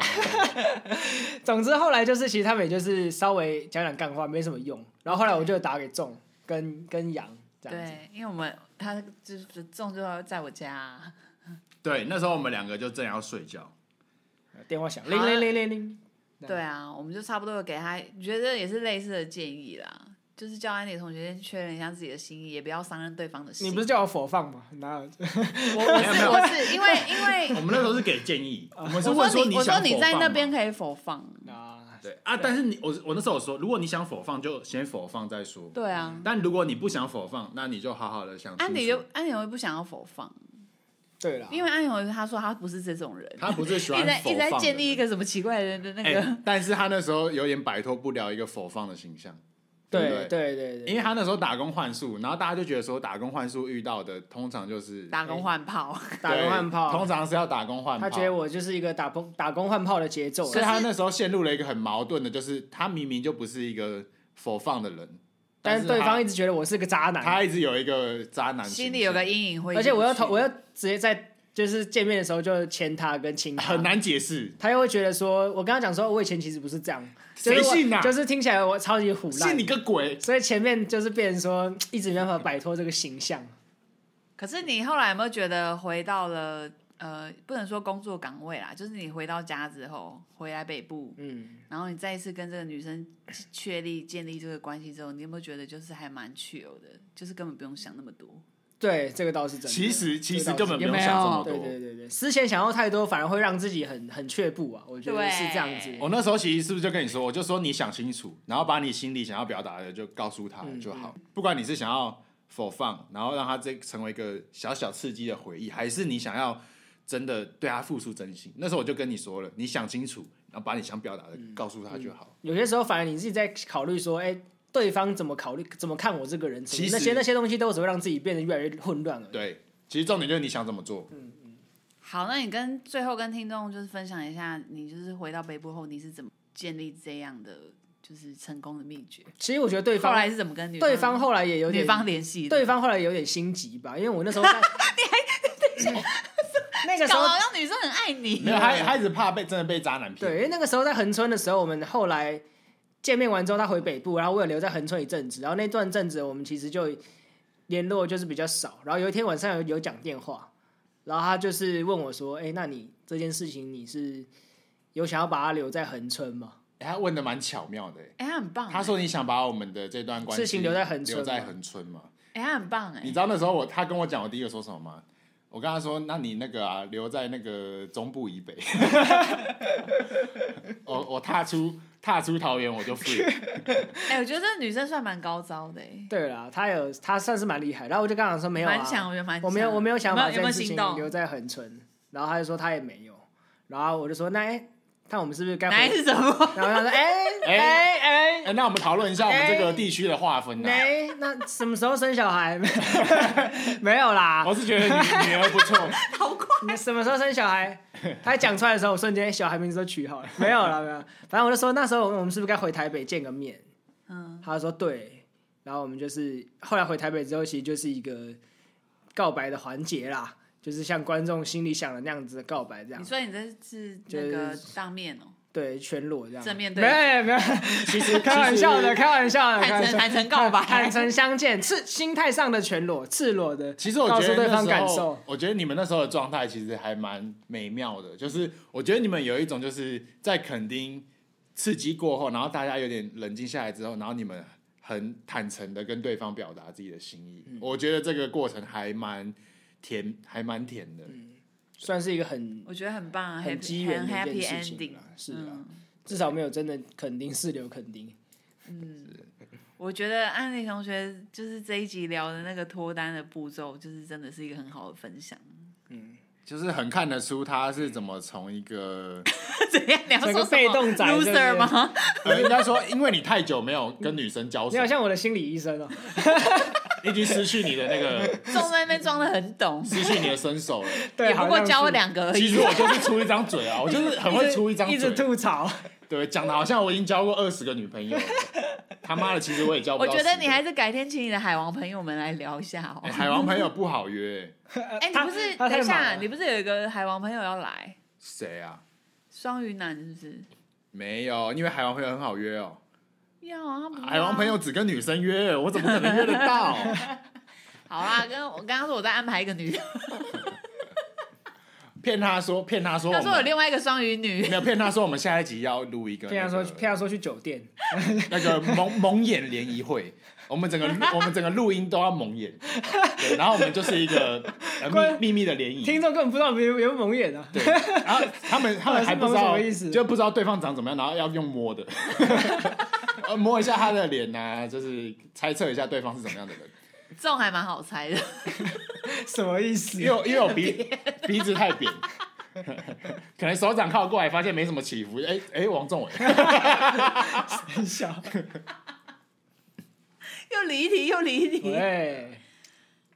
Speaker 3: 总之后来就是，其实他们也就是稍微讲讲干话，没什么用。然后后来我就打给仲跟跟杨这样子，
Speaker 2: 对，因为我们他就是中就要在我家、啊
Speaker 1: 对，那时候我们两个就正要睡觉，
Speaker 3: 电话响，
Speaker 2: 好
Speaker 1: 啊
Speaker 3: 铃铃铃铃铃。
Speaker 2: 对啊，我们就差不多有给他，觉得也是类似的建议啦，就是叫安妮同学先确认一下自己的心意，也不要伤人对方的心。
Speaker 3: 你不是叫我否放吗？哪有？
Speaker 2: 我我
Speaker 1: 没
Speaker 2: 是
Speaker 1: 有
Speaker 2: 我是因为因为
Speaker 1: 我们那时候是给建议，我们是
Speaker 2: 我
Speaker 1: 问
Speaker 2: 说你
Speaker 1: 你
Speaker 2: 我
Speaker 1: 想
Speaker 2: 说
Speaker 1: 否
Speaker 2: 你在
Speaker 1: 放
Speaker 2: 那
Speaker 1: 吗
Speaker 2: 边可以否放？
Speaker 3: 啊，
Speaker 1: 对啊，但是你我我那时候有说，如果你想否放就先否放再说，
Speaker 2: 对啊，
Speaker 1: 但如果你不想否放，那你就好好的想清楚。
Speaker 2: 安迪就安迪会不想要否放，
Speaker 3: 对啦，
Speaker 2: 因为安迪同学他说他不是这种人，
Speaker 1: 他不是喜
Speaker 2: 一
Speaker 1: 欢
Speaker 2: 直在
Speaker 1: 否
Speaker 2: 一直在
Speaker 1: 放的
Speaker 2: 建立一
Speaker 1: 人。
Speaker 2: 个什么奇怪的人的那
Speaker 1: 哎、
Speaker 2: 个。
Speaker 1: 但是他那时候有点摆脱不了一个否放的形象，对不
Speaker 3: 对对对对，
Speaker 1: 因为他那时候打工换宿，然后大家就觉得说打工换宿遇到的通常就是
Speaker 2: 打工换炮，
Speaker 3: 打工换
Speaker 1: 对通
Speaker 3: 炮，
Speaker 1: 常是要打工换炮。
Speaker 3: 他觉得我就是一个打工打工换炮的节奏啦。
Speaker 1: 所以他那时候陷入了一个很矛盾的，就是他明明就不是一个否放的人，
Speaker 3: 但
Speaker 1: 是
Speaker 3: 是对
Speaker 1: 他
Speaker 3: 方一直觉得我是个渣男，
Speaker 1: 他一直有一个渣男，
Speaker 2: 心里有个，阴影会一直去。
Speaker 3: 而且我要投，我要直接在就是见面的时候就牵他跟亲他，
Speaker 1: 很难解释。
Speaker 3: 他又会觉得说，我跟他讲说，我以前其实不是这样，就是
Speaker 1: 谁
Speaker 3: 我
Speaker 1: 信啊
Speaker 3: 就是听起来我超级虎烂
Speaker 1: 信你，个鬼！
Speaker 3: 所以前面就是变成说，一直没办法摆脱这个形象。
Speaker 2: 可是你后来有没有觉得回到了呃，不能说工作岗位啦，就是你回到家之后，回来北部，
Speaker 3: 嗯，
Speaker 2: 然后你再一次跟这个女生确立建立这个关系之后，你有没有觉得就是还蛮去油的，就是根本不用想那么多？
Speaker 3: 对，这个倒是真的。
Speaker 1: 其实其
Speaker 3: 这
Speaker 1: 实
Speaker 3: 个倒是
Speaker 1: 根本不
Speaker 2: 有
Speaker 1: 用
Speaker 2: 没有
Speaker 1: 想这么
Speaker 3: 对
Speaker 1: 多。
Speaker 3: 对对对，思前想要太多，反而会让自己很很却步啊。我觉得
Speaker 2: 对
Speaker 3: 是这样子。
Speaker 1: 我那时候其实是不是就跟你说，我就说你想清楚，然后把你心里想要表达的就告诉
Speaker 3: 嗯
Speaker 1: 他就好。不管你是想要否放，然后让他这成为一个小小刺激的回忆，还是你想要真的对他付出真心，那时候我就跟你说了，你想清楚，然后把你想表达的
Speaker 3: 嗯
Speaker 1: 告诉他就好。
Speaker 3: 有些时候反而你自己在考虑说，哎、对方怎么考虑、怎么看我这个人，什么
Speaker 1: 其实
Speaker 3: 那些那些东西都只会让自己变得越来越混乱了。
Speaker 1: 对，其实重点就是你想怎么做。
Speaker 2: 好，那你跟最后跟听众就是分享一下，你就是回到北部后你是怎么建立这样的就是成功的秘诀？
Speaker 3: 其实我觉得对
Speaker 2: 后来
Speaker 3: 方
Speaker 2: 是怎么跟女
Speaker 3: 对方后来也有点
Speaker 2: 女方联系的？
Speaker 3: 对方后来有点心急吧，因为我那
Speaker 2: <laughs>
Speaker 3: 时候在， <laughs> 那个时
Speaker 2: 搞啊得
Speaker 3: 候
Speaker 2: 好像女生很爱你哎
Speaker 1: 没。
Speaker 3: <laughs>
Speaker 1: 有，他他一直怕被真的被渣男
Speaker 3: 对，
Speaker 1: 骗。
Speaker 3: 因为那个时候在恒春的时候，我们后来见面完之后，他回北部，然后我有留在恒春一阵子，然后那段阵子我们其实就联络就是比较少，然后有一天晚上有有讲电话，然后他就是问我说：“哎、那你这件事情你是有想要把它留在恒春吗？”
Speaker 1: 欸他问的蛮巧妙的欸。
Speaker 2: 哎、他很棒、
Speaker 1: 他说：“你想把我们的这段关系
Speaker 3: 嗯事情留在恒春
Speaker 1: 留在
Speaker 3: 吗
Speaker 1: 恒春吗？
Speaker 2: 哎、他很棒哎、
Speaker 1: 你知道那时候我他跟我讲，我第一个说什么吗？我跟他说：“那你那个啊，留在那个中部以北。 <laughs> 我”我踏出踏出桃园，我就
Speaker 3: <laughs>
Speaker 1: free。
Speaker 2: <laughs> 哎、我觉得这女生算蛮高招的、哎，
Speaker 3: 对啦，他有他算是蛮厉害，然后我就跟他讲说没有啊
Speaker 2: 蛮，强，我觉得蛮强。
Speaker 3: 我没有我没有想把
Speaker 2: 有
Speaker 3: 这
Speaker 2: 没有
Speaker 3: 件事
Speaker 2: 心
Speaker 3: 情
Speaker 2: 动？
Speaker 3: 留在恒春，然后他就说他也没有，然后我就说那哎、那我们是不是该
Speaker 2: 哪一
Speaker 3: 回？
Speaker 2: 是什么？
Speaker 3: <laughs> 然后他说哎
Speaker 1: 哎
Speaker 3: 哎哎
Speaker 1: 哎、那我们讨论一下我们这个地区的划分啊。
Speaker 3: 没，那什么时候生小孩？ <laughs> 没有啦，
Speaker 1: 我是觉得女女儿不错，
Speaker 2: 好快！
Speaker 3: 你什么时候生小孩？他讲出来的时候，我瞬间哎小孩名字都取好了。 <laughs> 没有啦，没有。反正我就说那时候我们是不是该回台北见个面？
Speaker 2: 嗯，
Speaker 3: 他说对，然后我们就是后来回台北之后，其实就是一个告白的环节啦，就是像观众心里想的那样子的告白这样
Speaker 2: 你。说你这是那
Speaker 3: 就
Speaker 2: 个当面哦、
Speaker 3: 对，全裸这样。
Speaker 2: 正面对
Speaker 3: 没有没有，
Speaker 2: <laughs>
Speaker 1: 其实
Speaker 3: <laughs> 开玩笑的，。开玩笑的，开
Speaker 2: 坦
Speaker 3: 玩
Speaker 2: 诚
Speaker 3: 笑。
Speaker 2: 坦诚告白，
Speaker 3: 坦诚相见，赤心态上的全裸，赤裸的，
Speaker 1: 其实其实我
Speaker 3: 告
Speaker 1: 觉
Speaker 3: 诉
Speaker 1: 得
Speaker 3: 对
Speaker 1: 那
Speaker 3: 方
Speaker 1: 时
Speaker 3: 感
Speaker 1: 候
Speaker 3: 受。
Speaker 1: 我觉得你们那时候的状态其实还蛮美妙的，就是我觉得你们有一种就是在垦丁刺激过后，然后大家有点冷静下来之后，然后你们很坦诚的跟对方表达自己的心意，
Speaker 3: 嗯
Speaker 1: 我觉得这个过程还蛮甜，还蛮甜的。
Speaker 3: 嗯算是一个很
Speaker 2: 我觉得很棒啊，
Speaker 3: 很
Speaker 2: happy-
Speaker 3: 机缘
Speaker 2: 很
Speaker 3: 的一
Speaker 2: happy
Speaker 3: 件事情
Speaker 2: ending
Speaker 3: 啦。是啊
Speaker 2: 嗯，
Speaker 3: 至少没有真的肯定是留肯定。
Speaker 2: 我觉得安利同学就是这一集聊的那个脱单的步骤，就是真的是一个很好的分享。 <laughs>
Speaker 1: 就是很看得出他是怎么从一
Speaker 3: <laughs>
Speaker 1: 个，
Speaker 2: 怎样？你要
Speaker 3: 整
Speaker 2: 说什
Speaker 3: 个
Speaker 2: 么
Speaker 3: 被动仔对不对
Speaker 2: loser 吗？ <laughs>
Speaker 1: 呃应该说，因为你太久没有跟女生交
Speaker 3: 你
Speaker 1: 手
Speaker 3: 好，像我的心理医生哦、
Speaker 1: 你已经失去你的那
Speaker 3: <laughs>
Speaker 1: 个，
Speaker 2: 装在那边装的很懂，
Speaker 1: 失去你的身手了。
Speaker 3: 对，
Speaker 2: 也不
Speaker 3: 好
Speaker 2: 过
Speaker 3: 像是
Speaker 2: 教我两个而
Speaker 1: 其
Speaker 2: 已。
Speaker 1: 实我就是出一张嘴啊，我就是很会出一张嘴，
Speaker 3: 一直吐槽。
Speaker 1: 对，讲的好像我已经交过二十个女朋
Speaker 3: <laughs>
Speaker 1: 友了，他妈的，其实我也交不
Speaker 2: 我
Speaker 1: 到10
Speaker 2: 觉
Speaker 1: 个。
Speaker 2: 得你还是改天请你的海王朋友们来聊一下哦。
Speaker 1: 哎、海王朋友不好约，
Speaker 2: 哎，你
Speaker 3: 他
Speaker 2: 不是
Speaker 3: 他太
Speaker 2: 等一
Speaker 3: 忙
Speaker 2: 下，
Speaker 3: 了
Speaker 2: 你不是有一个海王朋友要来？
Speaker 1: 谁啊？
Speaker 2: 双鱼男是不是？
Speaker 1: 没有，因为海王朋友很好约哦、
Speaker 2: 要啊，他不是啊
Speaker 1: 海王朋友。只跟女生约，我怎么可能约得
Speaker 2: <laughs>
Speaker 1: 到？
Speaker 2: 好啦，跟我刚刚说我在安排一个女
Speaker 3: <laughs>
Speaker 2: 的，
Speaker 1: 骗他说，骗他说，
Speaker 2: 他说有另
Speaker 1: 外
Speaker 2: 外一个双鱼女
Speaker 1: <laughs>
Speaker 2: <laughs>
Speaker 1: 没，有骗他说，我们下一集要录一个、
Speaker 3: 骗
Speaker 1: 那
Speaker 3: 他
Speaker 1: 个
Speaker 3: 说，骗他说去酒店，
Speaker 1: 那个蒙蒙眼联谊会，我们整个录我们整个录音都要蒙眼，对，然后我们就是一个、呃、
Speaker 3: 关
Speaker 1: 秘秘密的联谊，
Speaker 3: 听众根本不知道有没有有没有蒙眼啊。
Speaker 1: 对，然后他
Speaker 3: <laughs>
Speaker 1: 们他们还不知
Speaker 3: 到
Speaker 1: 道
Speaker 3: 呃底是蒙什么意思
Speaker 1: 就不知道对方长怎么样，然后要用摸的， <laughs> 呃摸一下他的脸呐、就是猜测一下对方是怎么样的人，
Speaker 2: 这种还蛮好猜的。 <laughs>
Speaker 3: 什么意思
Speaker 1: 因？
Speaker 3: <laughs>
Speaker 1: 为我因为我鼻鼻子太扁， <laughs> 可能手掌靠过来发现没什么起伏，哎、哎、王仲伟，
Speaker 3: 很
Speaker 1: <laughs>
Speaker 3: 小。
Speaker 2: 又离题又离题。
Speaker 1: <laughs>
Speaker 3: 喂，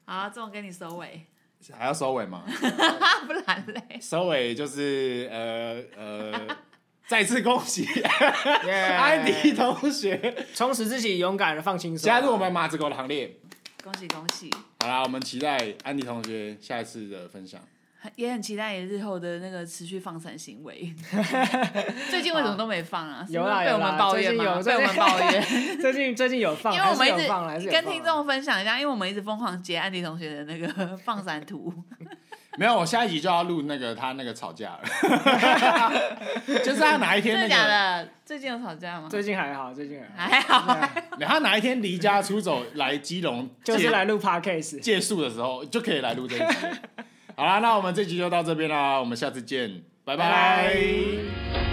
Speaker 2: 好，这种跟你收尾， <laughs>
Speaker 1: 还要收尾吗？
Speaker 2: 啊，不然嘞。
Speaker 1: 收尾就是呃 <laughs> 呃，再次恭喜安
Speaker 3: 安
Speaker 1: 迪同 <laughs> 学
Speaker 3: 充实自己，勇敢的放轻松。
Speaker 1: 加入我们马子狗的行列。
Speaker 2: 恭喜恭喜！
Speaker 1: 好啦，我们期待安迪同学下一次的分享。
Speaker 2: 也很期待你日后的那个持续放闪行
Speaker 3: <laughs>
Speaker 2: 为。最近为什么都没放啊？是因
Speaker 3: 有
Speaker 2: 为
Speaker 3: 啦
Speaker 2: 被我
Speaker 3: 有啦
Speaker 2: 们抱
Speaker 3: 最
Speaker 2: 怨
Speaker 3: 近
Speaker 2: 嘛，
Speaker 3: 有
Speaker 2: 被我们抱怨，
Speaker 3: 最近最近有放，
Speaker 2: 因为我们
Speaker 3: 还是有放
Speaker 2: 一
Speaker 3: 还
Speaker 2: 直
Speaker 3: 是有放啊
Speaker 2: 跟听众分享一下，因为我们一直疯狂截安迪同学的那个 <laughs> 放闪图，
Speaker 1: <laughs> 没有，我下一集就要录那个他那个吵架了， <laughs> 就是他哪一天那个
Speaker 2: 真的假的？最近有吵架吗？
Speaker 3: 最啊近还好，最近还好，
Speaker 2: 还好，
Speaker 1: 然后他哪一天离家出走来基隆借，
Speaker 3: 就是来录 podcast，
Speaker 1: 借宿的时候，就可以来录这一集。好啦，那我们这集就到这边啦，我们下次见，拜拜。
Speaker 3: 拜